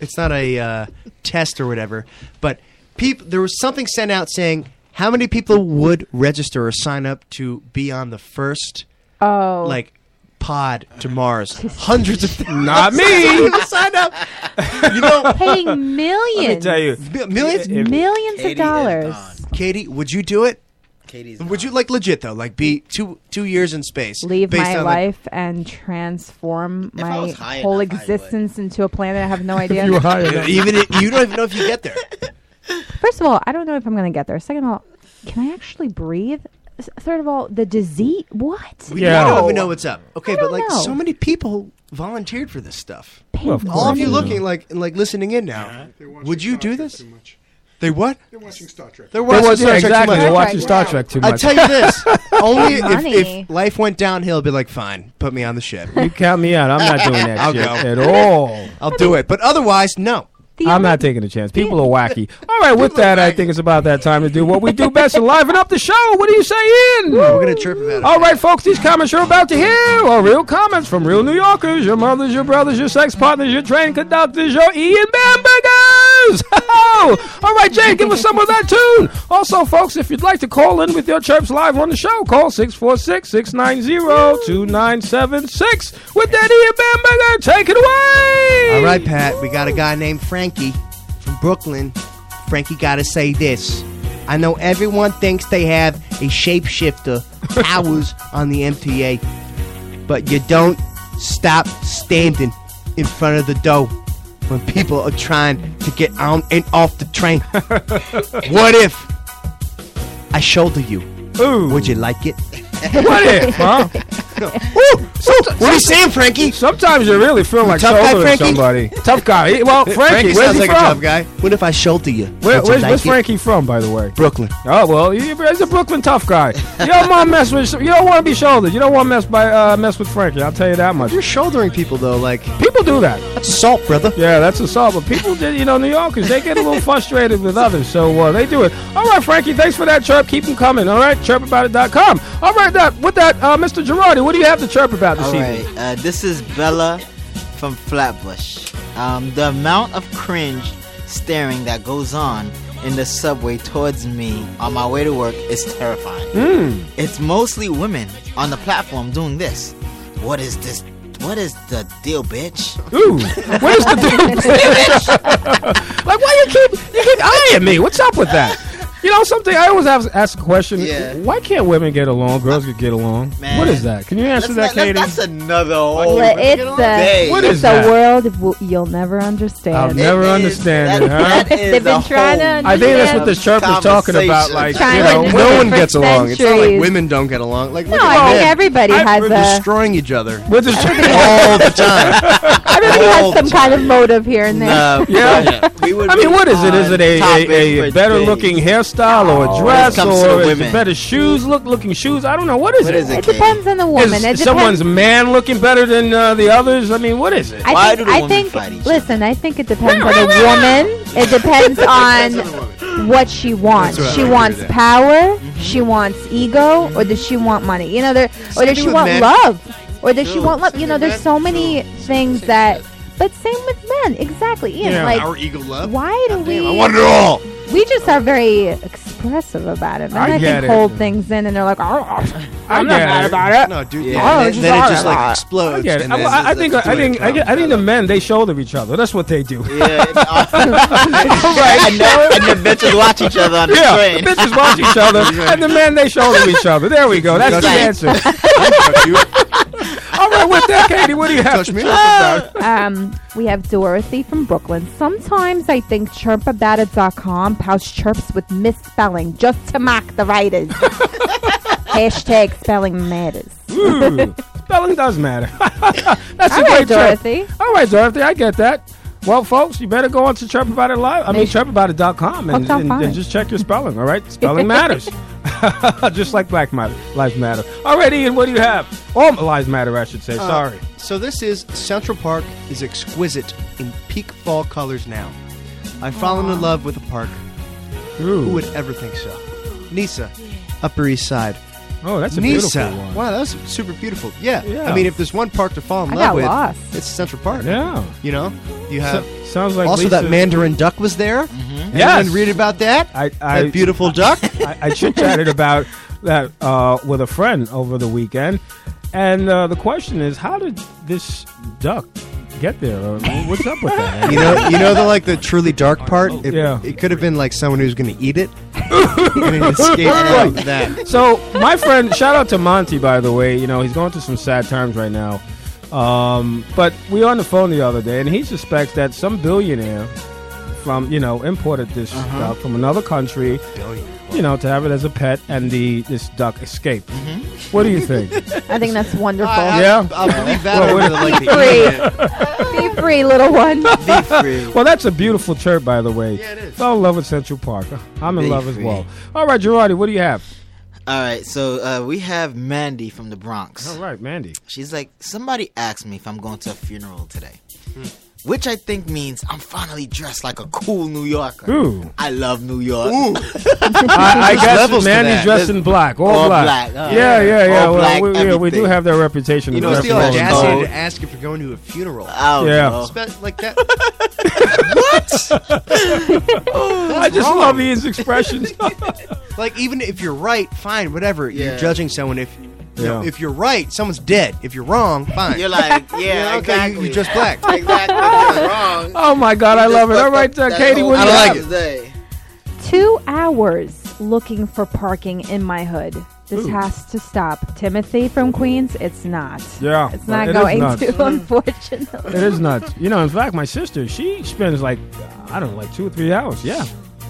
Speaker 1: it's not a uh, test or whatever, but people there was something sent out saying how many people would register or sign up to be on the first
Speaker 4: oh,
Speaker 1: like pod to Mars. Hundreds of thousands
Speaker 2: Not me.
Speaker 1: people signed up. You know,
Speaker 4: paying millions.
Speaker 2: Let me tell you.
Speaker 1: mi- millions.
Speaker 2: If-
Speaker 4: millions
Speaker 3: Katie
Speaker 4: of
Speaker 3: is
Speaker 4: dollars.
Speaker 3: gone.
Speaker 1: Katie, would you do it?
Speaker 3: Katie's
Speaker 1: Would
Speaker 3: gone.
Speaker 1: you like legit though? Like be two two years in space.
Speaker 4: Leave
Speaker 1: based
Speaker 4: my
Speaker 1: on, like-
Speaker 4: life and transform
Speaker 3: If I
Speaker 4: my
Speaker 3: was high
Speaker 4: whole
Speaker 3: enough, I would.
Speaker 4: existence into a planet I have no idea.
Speaker 2: If you were uh, high enough.
Speaker 1: even if, you don't even know if you get there.
Speaker 4: First of all, I don't know if I'm going to get there. Second of all, can I actually breathe? S- Third of all, the disease. What?
Speaker 1: We
Speaker 2: Yeah.
Speaker 1: don't even know what's up. Okay,
Speaker 4: I
Speaker 1: but
Speaker 4: don't
Speaker 1: like
Speaker 4: know.
Speaker 1: so many people volunteered for this stuff.
Speaker 4: Paying
Speaker 2: Well, of course.
Speaker 1: All of you
Speaker 2: Yeah.
Speaker 1: looking like and like listening in now. Would you do this? They what?
Speaker 6: They're watching Star Trek.
Speaker 1: They're
Speaker 2: They're
Speaker 1: watching
Speaker 2: watching-
Speaker 1: Star Trek
Speaker 2: exactly.
Speaker 1: too
Speaker 2: They're
Speaker 1: much.
Speaker 2: watching
Speaker 4: Wow.
Speaker 2: Star Trek too
Speaker 1: I
Speaker 2: much.
Speaker 1: tell you this: only
Speaker 4: Money.
Speaker 1: if, if life went downhill, I'd be like, fine, put me on the ship.
Speaker 2: you count me out. I'm not doing that
Speaker 1: I'll
Speaker 2: shit
Speaker 1: go.
Speaker 2: at all.
Speaker 1: I'll do it. But otherwise, no.
Speaker 4: The
Speaker 2: I'm
Speaker 4: only-
Speaker 2: not taking a chance. People are wacky. All right, with that, I think it's about that time to do what we do best and liven up the show. What are you saying?
Speaker 1: We're gonna chirp about it.
Speaker 2: All right, folks, these comments you're about to hear are real comments from real New Yorkers, your mothers, your brothers, your sex partners, your train conductors, your Ian Bambergers. All right, Jay, give us some of that tune. Also, folks, if you'd like to call in with your chirps live on the show, call 646 690 2976. With that Ian Bamberger, take it away.
Speaker 1: All right, Pat, we got a guy named Frankie from Brooklyn. Frankie got to say this. I know everyone thinks they have a shapeshifter powers on the MTA, but you don't stop standing in front of the door when people are trying to get on and off the train. what if I shoulder you?
Speaker 2: Ooh,
Speaker 1: Would you like it?
Speaker 2: what if, huh?
Speaker 1: What are you saying, Frankie?
Speaker 2: Sometimes you really feel like
Speaker 1: Tough guy,
Speaker 2: shouldering
Speaker 1: Frankie?
Speaker 2: somebody. Tough guy. He- Well, Frankie, where's
Speaker 1: sounds
Speaker 2: he
Speaker 1: like
Speaker 2: from?
Speaker 1: a tough guy. What if I shoulder you?
Speaker 2: Where,
Speaker 1: Would you
Speaker 2: where's,
Speaker 1: like
Speaker 2: where's
Speaker 1: it?
Speaker 2: Frankie from, by the way?
Speaker 1: Brooklyn.
Speaker 2: Oh well, he- he's a Brooklyn tough guy. You don't want to mess with. You don't want to be shouldered. You don't want to mess by uh, mess with Frankie. I'll tell you that much.
Speaker 1: You're shouldering people though, like
Speaker 2: People do that.
Speaker 1: that's assault, brother.
Speaker 2: Yeah, that's assault. But people, did, you know, New Yorkers, they get a little frustrated with others, so uh, they do it. All right, Frankie, thanks for that chirp. Keep them coming. All right, chirpaboutit.com. All right, that with that, uh, Mr. Girardi, what do you have to chirp about this
Speaker 3: All
Speaker 2: evening?
Speaker 3: right. Uh, this is Bella from Flatbush. Um, the amount of cringe staring that goes on in the subway towards me on my way to work is terrifying. It's mostly women on the platform doing this. What is this? What is the deal, bitch?
Speaker 2: Ooh, where's the dude? like, why you keep you keep eyeing me? What's up with that? You know something? I always have ask a question.
Speaker 3: Yeah.
Speaker 2: Why can't women get along? Girls could get along.
Speaker 3: Man.
Speaker 2: What is that? Can you answer
Speaker 3: That's
Speaker 2: that,
Speaker 3: not-
Speaker 2: Katie?
Speaker 3: that's another
Speaker 4: Well,
Speaker 3: whole
Speaker 4: it's
Speaker 3: day.
Speaker 4: the,
Speaker 2: What
Speaker 4: it's
Speaker 2: is
Speaker 4: the
Speaker 2: that?
Speaker 4: world w- you'll never understand.
Speaker 2: I'll never
Speaker 3: It is-
Speaker 2: understand it,
Speaker 3: that-
Speaker 2: huh?
Speaker 3: that is
Speaker 4: They've been
Speaker 3: a
Speaker 4: trying to
Speaker 3: whole-
Speaker 2: I think that's what
Speaker 4: understand
Speaker 2: the chirp is talking about. Like, you
Speaker 4: Trying to
Speaker 2: know,
Speaker 4: understand.
Speaker 1: no one
Speaker 4: For
Speaker 1: gets along. It's not like
Speaker 4: centuries.
Speaker 1: women don't get along. Like,
Speaker 4: No,
Speaker 1: look at
Speaker 4: I think
Speaker 1: men.
Speaker 4: everybody has
Speaker 1: We're
Speaker 4: a.
Speaker 1: destroying each other
Speaker 2: we're just
Speaker 1: all the time.
Speaker 4: Everybody has some kind of motive here and there.
Speaker 3: No,
Speaker 2: Yeah.
Speaker 3: but we would
Speaker 2: I mean,
Speaker 3: be
Speaker 2: what is it?
Speaker 3: on
Speaker 2: Is it a,
Speaker 3: topic
Speaker 2: a, a
Speaker 3: for
Speaker 2: better
Speaker 3: days. Oh,
Speaker 2: looking hairstyle or a dress
Speaker 3: comes to the
Speaker 2: or is
Speaker 3: women.
Speaker 2: it better shoes? Look, looking shoes. I don't know. What is
Speaker 3: What
Speaker 2: it?
Speaker 3: is it?
Speaker 4: it depends on the woman.
Speaker 2: Is
Speaker 4: it depends.
Speaker 2: someone's man looking better than uh, the others? I mean, what is it?
Speaker 4: I
Speaker 3: Why
Speaker 4: think,
Speaker 3: do the
Speaker 4: I
Speaker 3: women
Speaker 4: think,
Speaker 3: fight each other?
Speaker 4: Listen, I think it depends on the woman. It depends on what she wants.
Speaker 1: That's right, I
Speaker 4: She
Speaker 1: agree
Speaker 4: wants
Speaker 1: with that.
Speaker 4: power. She wants ego, or does she want money? You know, there, or
Speaker 1: Same
Speaker 4: does
Speaker 1: thing
Speaker 4: she
Speaker 1: with
Speaker 4: want
Speaker 1: men.
Speaker 4: love, or does she
Speaker 1: True.
Speaker 4: want love? You
Speaker 1: Same
Speaker 4: know,
Speaker 1: with
Speaker 4: there's
Speaker 1: men.
Speaker 4: so many things that. But same with men, exactly. Ian,
Speaker 2: Yeah.
Speaker 4: like,
Speaker 1: Our ego love.
Speaker 4: why do we?
Speaker 1: Damn, I want it all.
Speaker 4: we just are very expressive about it. And
Speaker 2: I
Speaker 4: I,
Speaker 2: get
Speaker 4: think
Speaker 2: it.
Speaker 4: hold things in, and they're like, "Oh, I'm not
Speaker 2: get
Speaker 4: mad
Speaker 2: it.
Speaker 4: about it.
Speaker 1: No, dude.
Speaker 3: Yeah.
Speaker 1: Yeah.
Speaker 4: Oh,
Speaker 1: Then,
Speaker 4: it's
Speaker 1: then it
Speaker 4: just
Speaker 1: just
Speaker 4: all right.
Speaker 1: like
Speaker 2: I
Speaker 1: explodes.
Speaker 2: get it.
Speaker 1: and
Speaker 2: I,
Speaker 1: then
Speaker 2: I, I
Speaker 1: that's
Speaker 2: think
Speaker 1: the
Speaker 2: I
Speaker 1: way it
Speaker 2: think I, get- I think the men they shoulder each other. That's what they do.
Speaker 3: Yeah, and, and, the, and the bitches watch each other on the
Speaker 2: Yeah,
Speaker 3: train.
Speaker 2: the bitches watch each other, and the men they shoulder each other. There we go. That's the answer. All right, with that, Katie, what do you have?
Speaker 1: Touch me.
Speaker 4: um, we have Dorothy from Brooklyn. Sometimes I think chirpaboutit.com pouts chirps with misspelling just to mock the writers. Hashtag spelling matters. Hmm.
Speaker 2: Ooh, spelling does matter. That's
Speaker 4: All
Speaker 2: a
Speaker 4: right,
Speaker 2: great tip.
Speaker 4: Dorothy.
Speaker 2: All right, Dorothy, I get that. Well, folks, you better go on to Chirp About It Live. I mean, chirpaboutit.com and,
Speaker 4: Hooked on
Speaker 2: and, and
Speaker 4: phonics.
Speaker 2: just check your spelling, all right? Spelling matters. just like Black matter, Lives Matter. All right, Ian, what do you have? All lives matter, I should say.
Speaker 1: Ah! Uh,
Speaker 2: Sorry.
Speaker 1: So this is Central Park is exquisite in peak fall colors now. I've fallen in love with a park.
Speaker 2: Ooh.
Speaker 1: Who would ever think so? Nisa, Upper East Side.
Speaker 2: oh, that's a
Speaker 1: Nisa.
Speaker 2: beautiful one.
Speaker 1: Wow, that was super beautiful. Yeah.
Speaker 2: Yeah.
Speaker 1: I mean, if there's one park to fall in
Speaker 4: I
Speaker 1: love
Speaker 4: got
Speaker 1: with,
Speaker 4: lost.
Speaker 1: it's Central Park.
Speaker 2: Yeah.
Speaker 1: You know, you
Speaker 2: So-
Speaker 1: have
Speaker 2: sounds like
Speaker 1: also
Speaker 2: Lisa. Mm-hmm.
Speaker 1: that Mandarin duck was there.
Speaker 2: Yes.
Speaker 1: Anyone read about that?
Speaker 2: I, I,
Speaker 1: that beautiful duck.
Speaker 2: I, I chit chatted about that uh, with a friend over the weekend, and uh, the question is, how did this duck get there? Or What's up with that?
Speaker 1: You know, you know the like the truly dark part. It,
Speaker 2: Yeah.
Speaker 1: it could have been like someone who's going to eat it and it escaped out of that.
Speaker 2: So my friend, shout out to Monty, by the way. You know he's going through some sad times right now. Um, but we were on the phone the other day, and he suspects that some billionaire from you know imported this duck from another country, you know, to have it as a pet, and the this duck escaped. What do you think?
Speaker 4: I think that's wonderful.
Speaker 2: yeah.
Speaker 1: I'll believe that
Speaker 2: Well,
Speaker 1: over the, like, the
Speaker 4: Free. Be free, little one.
Speaker 3: Be free.
Speaker 2: Well, that's a beautiful chirp, by the way.
Speaker 1: Yeah, it is.
Speaker 2: Fell in love with Central Park. Uh, I'm in
Speaker 3: Be
Speaker 2: love as
Speaker 3: free.
Speaker 2: well. All right, Girardi, what do you have?
Speaker 3: All right, so uh, we have Mandy from the Bronx.
Speaker 2: All right, Mandy.
Speaker 3: She's like, somebody asked me if I'm going to a funeral today. Which I think means I'm finally dressed like a cool New Yorker.
Speaker 2: Ooh.
Speaker 3: I love New York.
Speaker 2: I, I guess
Speaker 1: levels to
Speaker 2: Mandy's
Speaker 1: that.
Speaker 2: dressed in black, all,
Speaker 3: all
Speaker 2: black.
Speaker 3: black, uh,
Speaker 2: yeah, yeah, yeah.
Speaker 3: all
Speaker 2: Well,
Speaker 3: black,
Speaker 2: we, yeah, we do
Speaker 3: everything.
Speaker 2: have that reputation.
Speaker 3: You
Speaker 2: of
Speaker 3: know,
Speaker 1: What's
Speaker 2: dressing
Speaker 1: the
Speaker 3: That's
Speaker 2: all in
Speaker 3: wrong.
Speaker 1: audacity
Speaker 3: Oh.
Speaker 1: to ask if you're going to a funeral?
Speaker 3: I don't
Speaker 2: Yeah.
Speaker 3: know.
Speaker 1: Spe- like that.
Speaker 2: black. I just love his expressions.
Speaker 1: like even if you're right, fine, whatever.
Speaker 3: Yeah.
Speaker 1: You're judging someone if you know,
Speaker 2: Yeah.
Speaker 1: if you're right, someone's dead. If you're wrong, fine.
Speaker 3: You're like, yeah,
Speaker 1: You know, okay, you-
Speaker 3: exactly.
Speaker 1: you're just black.
Speaker 3: exactly. You're wrong.
Speaker 2: oh my God, I love it. All right, uh,
Speaker 3: That's
Speaker 2: Katie,
Speaker 3: all
Speaker 2: what do you
Speaker 1: I
Speaker 2: have?
Speaker 1: like it.
Speaker 3: Say.
Speaker 4: Two hours looking for parking in my hood. This
Speaker 2: Ooh.
Speaker 4: has to stop. Timothy from Queens, it's not.
Speaker 2: Yeah,
Speaker 4: It's
Speaker 2: well,
Speaker 4: not
Speaker 2: it is
Speaker 4: going
Speaker 2: nuts.
Speaker 4: to, unfortunately.
Speaker 2: It is nuts. You know, in fact, my sister, she spends like, I don't know, like two or three hours, yeah,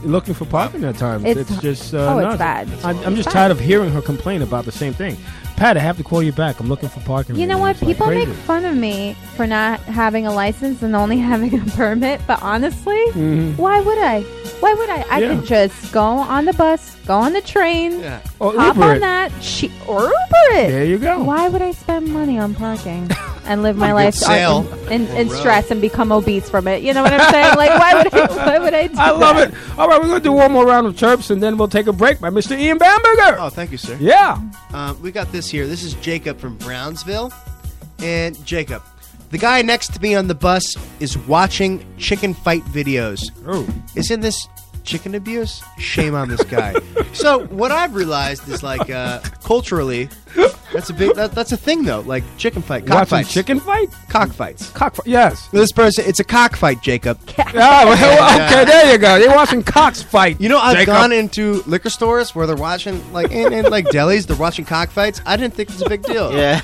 Speaker 2: looking for parking at times. It's,
Speaker 4: It's-
Speaker 2: just, uh,
Speaker 4: oh,
Speaker 2: nuts.
Speaker 4: it's bad.
Speaker 2: I, I'm just
Speaker 4: It's
Speaker 2: tired of hearing her complain about the same thing. Pat, I have to call you back. I'm looking for parking.
Speaker 4: You know
Speaker 2: right
Speaker 4: what?
Speaker 2: now. It's,
Speaker 4: People
Speaker 2: like,
Speaker 4: make
Speaker 2: crazy.
Speaker 4: fun of me for not having a license and only having a permit, but honestly,
Speaker 2: Mhm.
Speaker 4: why would I? Why would I? I
Speaker 2: Yeah.
Speaker 4: could just go on the bus, go on the train,
Speaker 1: Yeah.
Speaker 2: Oh,
Speaker 4: hop
Speaker 2: Uber
Speaker 4: on
Speaker 2: it.
Speaker 4: that, she, or Uber it.
Speaker 2: There you go.
Speaker 4: Why would I spend money on parking and live my
Speaker 1: You
Speaker 4: life
Speaker 1: could sell
Speaker 4: in, in, in
Speaker 1: row.
Speaker 4: stress and become obese from it? You know what I'm saying? Like, why would I? Why would I do
Speaker 2: I love
Speaker 4: that?
Speaker 2: it. All right, we're going to do one more round of chirps and then we'll take a break by Mr. Ian Bamberger.
Speaker 1: Oh, thank you, sir.
Speaker 2: Yeah.
Speaker 1: Um, we got this here. This is Jacob from Brownsville, and Jacob, the guy next to me on the bus is watching chicken fight videos.
Speaker 2: Oh.
Speaker 1: Isn't this chicken abuse? Shame on this guy. so what I've realized is like uh, culturally, that's a big that, that's a thing though. Like chicken fight, cock
Speaker 2: Watching
Speaker 1: fights,
Speaker 2: chicken fight?
Speaker 1: cock fights.
Speaker 2: Cock fight. Yes.
Speaker 1: This person, it's a cockfight, Jacob.
Speaker 2: Ah, well, okay, there you go. They're watching cocks fight.
Speaker 1: You know, I've
Speaker 2: Jacob.
Speaker 1: gone into liquor stores where they're watching, like in, in like delis, they're watching cockfights. I didn't think it was a big deal.
Speaker 3: Yeah.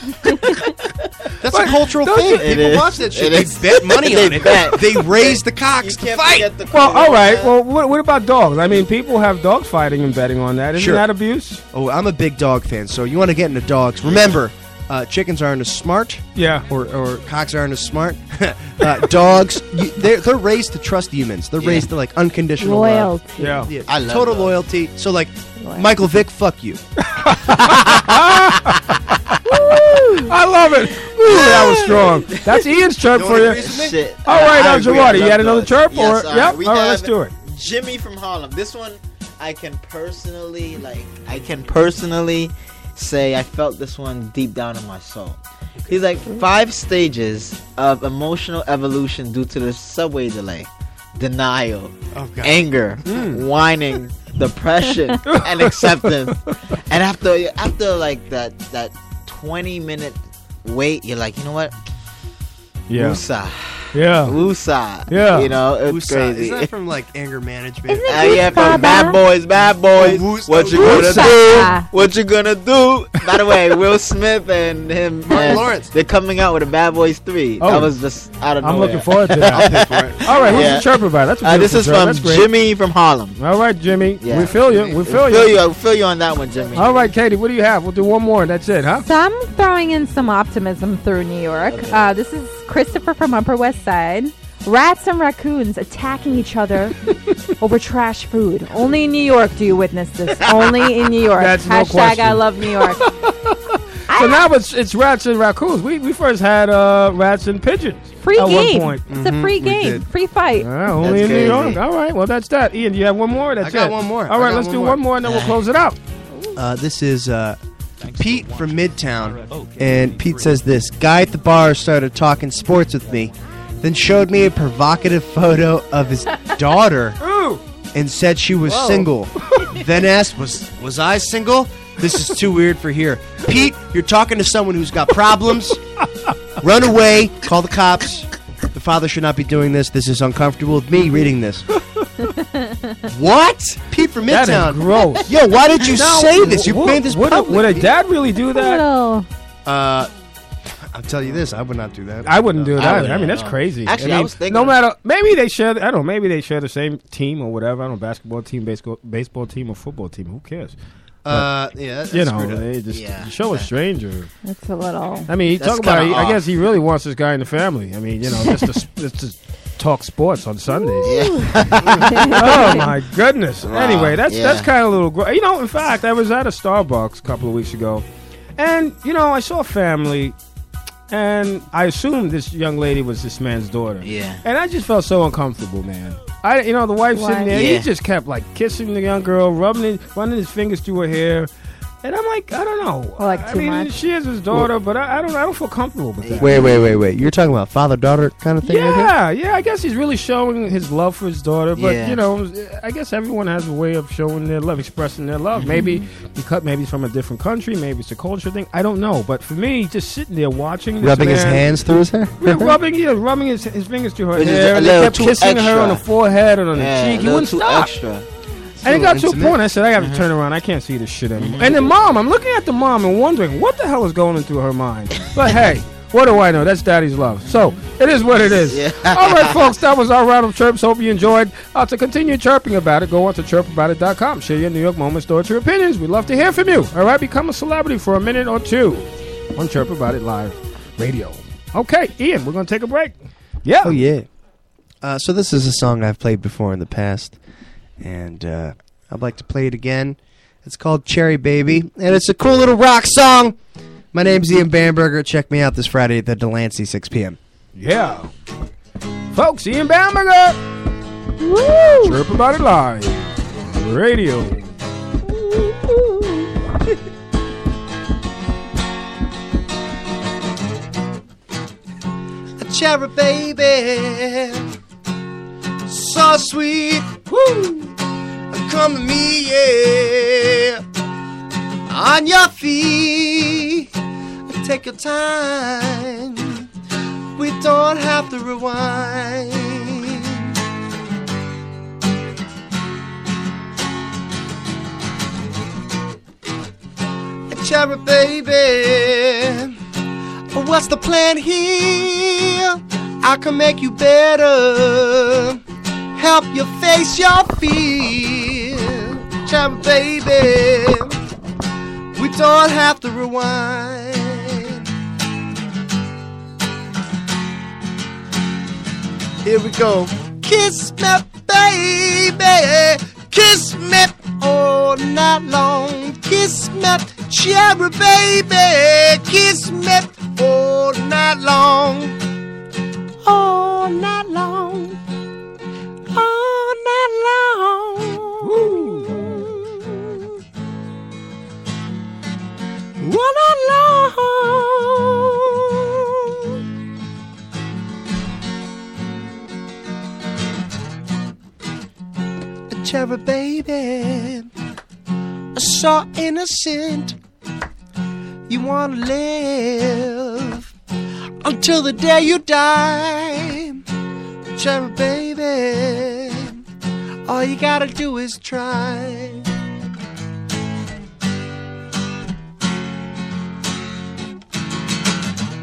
Speaker 1: That's a cultural
Speaker 2: don't
Speaker 1: thing.
Speaker 2: you-
Speaker 1: People
Speaker 3: It is.
Speaker 1: watch that shit.
Speaker 3: It
Speaker 1: they
Speaker 3: is.
Speaker 1: bet money
Speaker 3: They
Speaker 1: on it.
Speaker 3: bet.
Speaker 1: They raise the cocks to fight.
Speaker 2: Well, all right. Well, what, what about dogs? I mean, people have dog fighting and betting on that. Isn't
Speaker 1: Sure.
Speaker 2: that abuse?
Speaker 1: Oh, I'm a big dog fan, so you want to get into dogs. Remember, uh, chickens aren't as smart.
Speaker 2: Yeah. Or, or
Speaker 1: Cocks aren't as smart. uh, dogs, you, they're, they're raised to trust humans. They're
Speaker 3: Yeah.
Speaker 1: raised to like unconditional love.
Speaker 4: Loyalty.
Speaker 2: yeah.
Speaker 1: Yeah,
Speaker 3: I love
Speaker 1: total
Speaker 3: dogs.
Speaker 1: loyalty. So like,
Speaker 4: Loyalty.
Speaker 1: Michael Vick, fuck you.
Speaker 2: I love it. Ooh, that was strong. That's Ian's chirp for you.
Speaker 3: Shit.
Speaker 2: All right,
Speaker 3: I
Speaker 2: now,
Speaker 3: agree.
Speaker 2: Girardi,
Speaker 3: I
Speaker 2: you
Speaker 3: love
Speaker 2: had another
Speaker 3: dogs.
Speaker 2: chirp,
Speaker 3: Yes,
Speaker 2: or-
Speaker 3: all
Speaker 2: yep.
Speaker 3: right, we
Speaker 2: All right,
Speaker 3: have
Speaker 2: let's do it.
Speaker 3: Jimmy from Harlem. This one, I can personally like. I can personally say I felt this one deep down in my soul. He's like five stages of emotional evolution due to the subway delay. Denial, anger,
Speaker 2: Hmm.
Speaker 3: whining, depression, and acceptance. And after after like that that twenty minute wait, you're like, you know what?
Speaker 2: Yeah.
Speaker 3: Woosah.
Speaker 2: Yeah.
Speaker 3: Woosah.
Speaker 2: Oh. Yeah.
Speaker 3: You know, it's
Speaker 1: Who's
Speaker 3: crazy.
Speaker 1: Isn't that from like anger management?
Speaker 4: Isn't it
Speaker 3: Uh, yeah,
Speaker 4: Woosah,
Speaker 3: from bad
Speaker 4: Baba.
Speaker 3: boys, bad boys.
Speaker 1: Oh, woos-
Speaker 3: what you
Speaker 1: oh,
Speaker 3: gonna
Speaker 4: woosah.
Speaker 3: do? What you gonna do? By the way, Will Smith and him, and
Speaker 1: Lawrence.
Speaker 3: they're coming out with a Bad Boys three.
Speaker 2: Oh.
Speaker 3: I was just out of
Speaker 2: I'm
Speaker 3: nowhere.
Speaker 2: looking forward to that. All right, who's
Speaker 3: Yeah.
Speaker 2: the chirp about? That's a
Speaker 3: Uh, this
Speaker 2: beautiful
Speaker 3: is
Speaker 2: chirp.
Speaker 3: from
Speaker 2: That's great.
Speaker 3: Jimmy from Harlem.
Speaker 2: All right, Jimmy.
Speaker 3: Yeah.
Speaker 2: We feel you. We feel
Speaker 3: Feel
Speaker 2: you.
Speaker 3: you, I feel you on that one, Jimmy.
Speaker 2: All right, Katie, what do you have? We'll do one more and that's it, huh?
Speaker 4: So I'm throwing in some optimism through New York. Uh, this is Christopher from Upper West Side. Rats and raccoons attacking each other over trash food. Only in New York do you witness this. Only in New York.
Speaker 2: That's no
Speaker 4: Hashtag I
Speaker 2: question.
Speaker 4: love New York.
Speaker 2: So now it's it's rats and raccoons. We we first had uh, rats and pigeons
Speaker 4: Free
Speaker 2: at
Speaker 4: game.
Speaker 2: one point. Mm-hmm.
Speaker 4: It's a free game.
Speaker 1: did.
Speaker 4: Free fight.
Speaker 2: Ah, only
Speaker 3: That's
Speaker 2: in New
Speaker 3: crazy.
Speaker 2: York. All right, well that's that. Ian, do you have one more? That's
Speaker 1: I got
Speaker 2: it.
Speaker 1: one more.
Speaker 2: All
Speaker 1: I
Speaker 2: right,
Speaker 1: got
Speaker 2: let's
Speaker 1: one
Speaker 2: do
Speaker 1: more.
Speaker 2: one more and then we'll close it out.
Speaker 1: Uh, this is uh, Pete from
Speaker 2: Oh,
Speaker 1: Midtown, and Pete says this guy at the bar started talking sports with me, then showed me a provocative photo of his daughter
Speaker 2: Ooh,
Speaker 1: and said she was single. then asked, "Was was I single? This is too weird for here." Pete, you're talking to someone who's got problems. Run away. Call the cops. The father should not be doing this. This is uncomfortable with me reading this. what? Pete from
Speaker 2: that is
Speaker 1: Midtown.
Speaker 2: gross.
Speaker 1: Yo, why did you say
Speaker 2: No,
Speaker 1: this? You
Speaker 2: would-
Speaker 1: made this
Speaker 2: would,
Speaker 1: public.
Speaker 2: would a dad really do that?
Speaker 4: Little-
Speaker 1: Uh,
Speaker 5: I'll tell you this: I would not do that.
Speaker 2: I wouldn't do it
Speaker 3: I
Speaker 2: either.
Speaker 3: wouldn't
Speaker 2: I mean, that's
Speaker 3: at all.
Speaker 2: crazy.
Speaker 3: Actually, I
Speaker 2: mean,
Speaker 3: was thinking
Speaker 2: no
Speaker 3: of-
Speaker 2: matter. Maybe they share. I don't. know, Maybe they share the same team or whatever. I don't know, basketball team, baseball, baseball team, or football team. Who cares?
Speaker 5: Uh, yeah, that's
Speaker 2: You
Speaker 5: screwed
Speaker 2: know,
Speaker 5: up.
Speaker 2: they just
Speaker 3: Yeah.
Speaker 2: you show a stranger.
Speaker 4: That's a little.
Speaker 2: I mean, he
Speaker 3: That's
Speaker 2: talk about.
Speaker 3: kinda
Speaker 2: He, I
Speaker 3: odd.
Speaker 2: guess he really wants this guy in the family. I mean, you know, just to, sp- just to talk sports on Sundays. oh my goodness!
Speaker 3: Wow,
Speaker 2: Anyway, that's
Speaker 3: yeah.
Speaker 2: that's kind of a little. Gr- you know, in fact, I was at a Starbucks a couple of weeks ago, and you know, I saw a family, and I assumed this young lady was this man's daughter.
Speaker 3: Yeah.
Speaker 2: and I just felt so uncomfortable, man. I, you know, the wife
Speaker 4: Why?
Speaker 2: sitting there, he
Speaker 3: Yeah.
Speaker 2: just kept like kissing the young girl, rubbing, it, running his fingers through her hair. And I'm like, I don't know.
Speaker 4: Well, like
Speaker 2: I
Speaker 4: too
Speaker 2: mean,
Speaker 4: much?
Speaker 2: she is his daughter, but I, I don't. I don't feel comfortable with that.
Speaker 5: Wait, wait, wait, wait. You're talking about father daughter kind of thing? right here?
Speaker 2: Yeah, yeah. I guess he's really showing his love for his daughter, but
Speaker 3: Yeah.
Speaker 2: you know, I guess everyone has a way of showing their love, expressing their love.
Speaker 3: Mm-hmm.
Speaker 2: Maybe because maybe it's from a different country, maybe it's a culture thing. I don't know. But for me, just sitting there watching, this
Speaker 5: Rubbing his
Speaker 2: man-
Speaker 5: hands through his hair.
Speaker 2: Yeah, rubbing, yeah, rubbing his, his fingers through her
Speaker 3: Which is
Speaker 2: hair.
Speaker 3: a
Speaker 2: and they
Speaker 3: little
Speaker 2: kept
Speaker 3: too
Speaker 2: kissing her
Speaker 3: extra.
Speaker 2: on the forehead and on the
Speaker 3: Yeah,
Speaker 2: cheek.
Speaker 3: a
Speaker 2: He
Speaker 3: little
Speaker 2: wouldn't
Speaker 3: too
Speaker 2: stop.
Speaker 3: extra.
Speaker 2: And it got to a
Speaker 5: intimate. Mm-hmm.
Speaker 2: point. I said, I got to turn around. I can't see this shit anymore. And the mom, I'm looking at the mom and wondering what the hell is going through her mind. But hey, what do I know? That's daddy's love. So it is what it is.
Speaker 3: Yeah.
Speaker 2: All right, folks, that was our round of chirps. Hope you enjoyed. Uh, to continue chirping about it, go on to chirpaboutit.com. Share your New York moments, thoughts, your opinions. We'd love to hear from you. All right, become a celebrity for a minute or two on Chirp About It Live Radio. Okay, Ian, we're going to take a break. Yeah.
Speaker 5: Oh yeah. Uh, so this is a song I've played before in the past, and uh, I'd like to play it again. It's called Cherry Baby, and it's a cool little rock song. My name's Ian Bamberger. Check me out this Friday at the Delancey, 6 p.m.
Speaker 2: Yeah. Folks, Ian Bamberger.
Speaker 4: Woo!
Speaker 2: Chirp About It Live Radio.
Speaker 1: a cherry baby. So sweet, woo! Come to me, yeah. On your feet, take your time. We don't have to rewind. Cherry baby. What's the plan here? I can make you better. Help you face your fear. Child, baby, we don't have to rewind. Here we go. Kiss me, baby. Kiss me all night long. Kiss me, cherry baby. Kiss me all night long. All night long. All night long. All night long. a cherry baby, so innocent. You wanna live until the day you die, cherry baby. All you gotta do is try.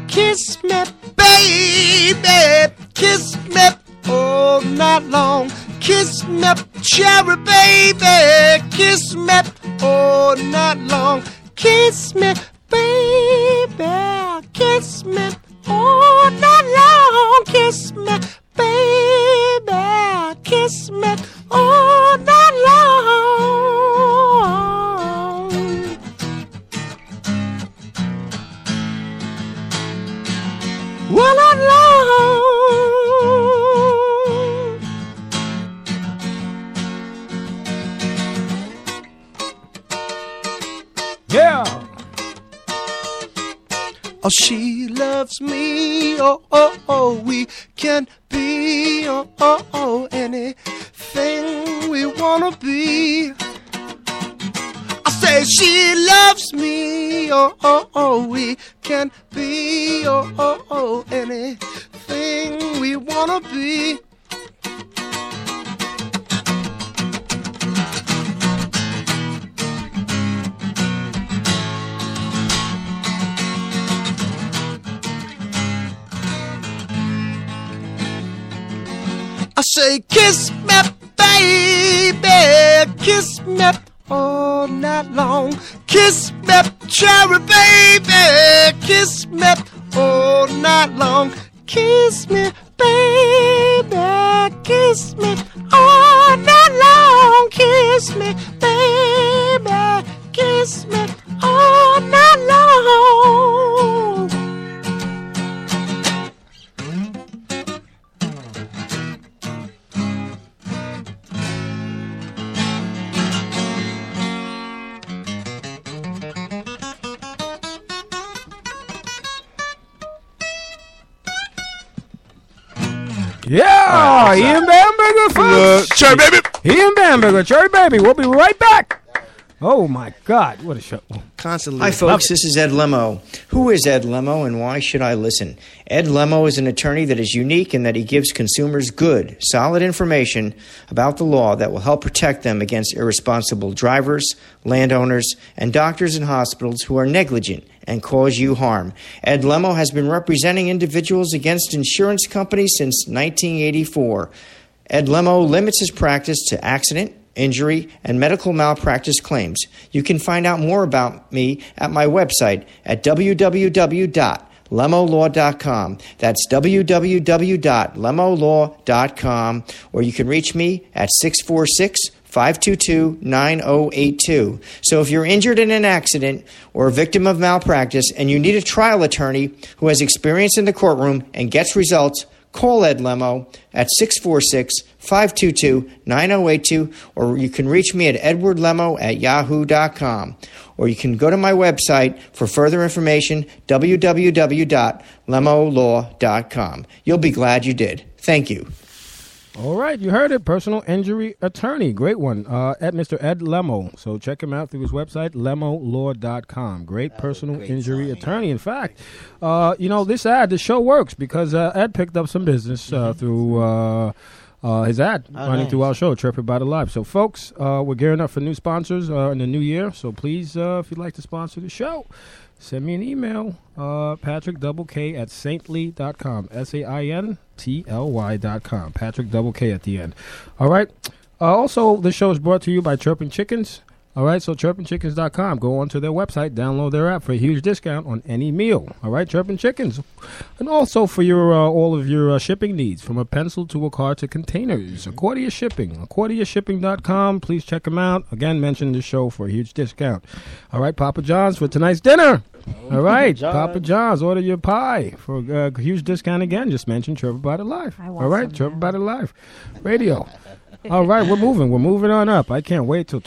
Speaker 1: Kiss me, baby. Kiss me all night long. Kiss me, cherry baby. Kiss me all night long. Kiss me, baby. Kiss me all night long. Kiss me, baby. Kiss me all night long. Well, I'm long.
Speaker 2: Yeah.
Speaker 1: Oh, she loves me. Oh, oh, oh, we can be. Oh, oh, oh, anything we wanna be. I say she loves me. Oh, oh, oh, we can be. Oh, oh, oh, anything we wanna be.
Speaker 3: say, kiss me, baby, kiss me all night long. Kiss me, cherry baby, kiss me all night long. Kiss me, baby, kiss me all night long. Kiss me, baby, kiss me all night long.
Speaker 2: Yeah, Ian Bamberger, folks.
Speaker 6: Uh, Cherry baby.
Speaker 2: Ian Bamberger, Cherry Baby. We'll be right back. Oh my God, what a show!
Speaker 5: Constantly.
Speaker 7: Hi, folks. This is Ed Lemo. Who is Ed Lemo and why should I listen? Ed Lemo is an attorney that is unique in that he gives consumers good, solid information about the law that will help protect them against irresponsible drivers, landowners, and doctors and hospitals who are negligent and cause you harm. Ed Lemo has been representing individuals against insurance companies since 1984. Ed Lemo limits his practice to accident, injury, and medical malpractice claims. You can find out more about me at my website at www.lemolaw.com. That's www.lemolaw.com, or you can reach me at 646 522 9082. So if you're injured in an accident or a victim of malpractice and you need a trial attorney who has experience in the courtroom and gets results, call Ed Lemo at 646 522 9082, or you can reach me at edwardlemo at yahoo.com. Or you can go to my website for further information www.lemolaw.com. You'll be glad you did. Thank you.
Speaker 2: All right, you heard it. Personal injury attorney, great one. Uh, at Mr. Ed Lemo, so check him out through his website, lemolaw.com. Great personal injury attorney. In fact, uh, you know this ad, the show works because uh, Ed picked up some business uh, through. Uh, uh, his ad running
Speaker 3: nice.
Speaker 2: through our show, Trip About It Live. So, folks, uh, we're gearing up for new sponsors uh, in the new year. So, please, uh, if you'd like to sponsor the show, send me an email, uh, Patrick Double K at saintly.com. S A I N T L Y dot com. Patrick Double K at the end. All right. Uh, also, the show is brought to you by Chirping Chickens. All right, so chirpingchickens.com. Go onto their website, download their app for a huge discount on any meal. All right, Chirping Chickens. And also for your uh, all of your uh, shipping needs, from a pencil to a car to
Speaker 3: Mm-hmm.
Speaker 2: containers. Accordia Shipping, accordiashipping.com. Please check them out. Again, mention the show for a huge discount. All right, Papa John's for tonight's dinner.
Speaker 3: Oh,
Speaker 2: All right, Papa John's, order your pie for a uh, huge discount again. Just mention Trevor Body Live.
Speaker 4: I want
Speaker 2: All right,
Speaker 4: some
Speaker 2: Trevor
Speaker 4: now.
Speaker 2: Body Live Radio. All right, we're moving. We're moving on up. I can't wait till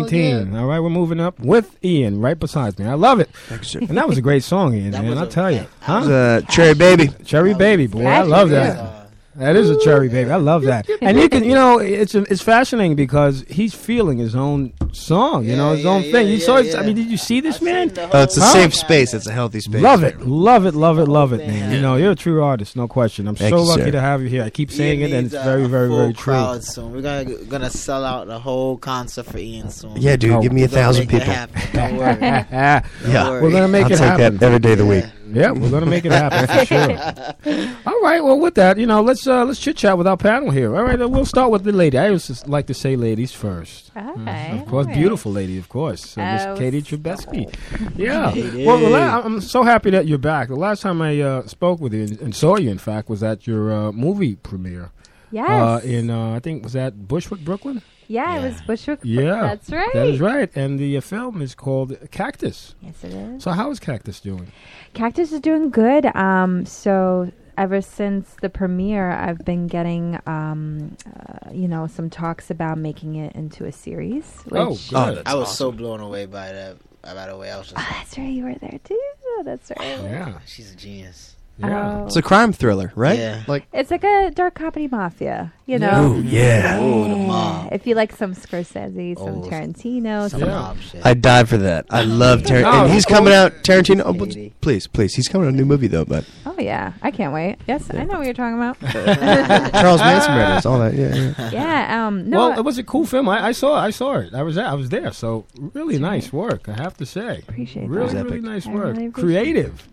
Speaker 2: 2019. All right, we're moving up with Ian right beside me. I love it. And that was a great song, Ian,
Speaker 3: That
Speaker 2: man.
Speaker 3: was
Speaker 2: I'll
Speaker 3: a-
Speaker 2: tell you.
Speaker 3: that-
Speaker 2: Huh?
Speaker 5: Uh, cherry baby.
Speaker 3: Oh,
Speaker 2: cherry baby, boy. I love that. That is a cherry baby. I love that. And you can, you know, it's it's fascinating because he's feeling his own song, you know,
Speaker 3: Yeah,
Speaker 2: his
Speaker 3: yeah,
Speaker 2: own
Speaker 3: yeah,
Speaker 2: thing. You
Speaker 3: yeah,
Speaker 2: saw,
Speaker 3: yeah.
Speaker 2: I mean, did you see this man?
Speaker 5: Uh, it's a
Speaker 2: Huh?
Speaker 5: safe space. It's a healthy space.
Speaker 2: Love it, love it, love it, love it, man.
Speaker 3: man.
Speaker 2: You know, you're a true artist, no question. I'm
Speaker 5: Thank
Speaker 2: so
Speaker 5: you,
Speaker 2: lucky
Speaker 5: sir.
Speaker 2: to have you here. I keep saying
Speaker 3: Ian
Speaker 2: it, and
Speaker 3: needs
Speaker 2: it's
Speaker 3: a-
Speaker 2: very,
Speaker 3: a
Speaker 2: very,
Speaker 3: full
Speaker 2: very true.
Speaker 3: Crowd soon. We're gonna gonna sell out the whole concert for Ian soon.
Speaker 5: Yeah, dude.
Speaker 2: Oh.
Speaker 5: Give me a
Speaker 3: We're gonna
Speaker 5: thousand
Speaker 3: make it
Speaker 5: people.
Speaker 3: happen. Don't worry.
Speaker 2: yeah,
Speaker 5: Yeah.
Speaker 2: we're gonna make
Speaker 5: I'll
Speaker 2: it
Speaker 5: take
Speaker 2: happen.
Speaker 5: that every day of the week.
Speaker 2: Yeah, we're gonna make it happen for sure. All right. Well, with that, you know, let's uh, let's chit chat with our panel here. All right, uh, we'll start with the lady. I always just like to say ladies first.
Speaker 4: Okay.
Speaker 2: Mm-hmm. Of course,
Speaker 4: all right.
Speaker 2: beautiful lady, of course. So
Speaker 4: Oh,
Speaker 2: Miss Katie Trubesky. Yeah. Well, the la- I'm so happy that you're back. The last time I uh, spoke with you and, and saw you, in fact, was at your uh, movie premiere.
Speaker 4: Yes.
Speaker 2: Uh, in uh, I think was that Bushwick, Brooklyn.
Speaker 4: yeah, it was Bushwick.
Speaker 2: Yeah.
Speaker 4: That's right.
Speaker 2: That is right. And the uh, film is called Cactus.
Speaker 4: Yes, it is.
Speaker 2: So how is Cactus doing?
Speaker 4: Cactus is doing good. Um, so ever since the premiere, I've been getting, um, uh, you know, some talks about making it into a series. Which,
Speaker 2: oh, good.
Speaker 3: I was so blown away by that. By the way, I was just.
Speaker 4: Oh,
Speaker 3: like,
Speaker 4: that's right. You were there too. Oh, that's right.
Speaker 2: yeah.
Speaker 3: She's a genius.
Speaker 2: Yeah.
Speaker 4: Oh.
Speaker 5: It's a crime thriller, right?
Speaker 3: Yeah.
Speaker 5: Like um,
Speaker 4: It's like a dark comedy mafia, you know. Eh,
Speaker 5: yeah.
Speaker 3: Oh, the mob.
Speaker 4: If you like some Scorsese, some
Speaker 3: Oh,
Speaker 4: Tarantino,
Speaker 3: Some
Speaker 4: some
Speaker 2: Yeah.
Speaker 3: mob shit.
Speaker 5: I die for that. I love Tarantino.
Speaker 2: Oh,
Speaker 5: and he's
Speaker 2: cool.
Speaker 5: coming out Tarantino. Oh, but-
Speaker 3: Katie.
Speaker 5: please, please. He's coming out a new movie though, but
Speaker 4: oh yeah, I can't wait. Yes, I know what you're talking about.
Speaker 5: Charles Manson murders, all that. Yeah, yeah.
Speaker 4: yeah, um, no,
Speaker 2: well, uh, it was a cool film. I, I saw. I saw it. I was. there- I was there. So really nice work. I have to say.
Speaker 4: appreciate
Speaker 2: Really,
Speaker 4: that.
Speaker 2: really nice
Speaker 4: I
Speaker 2: work.
Speaker 4: really appreciate
Speaker 2: Creative.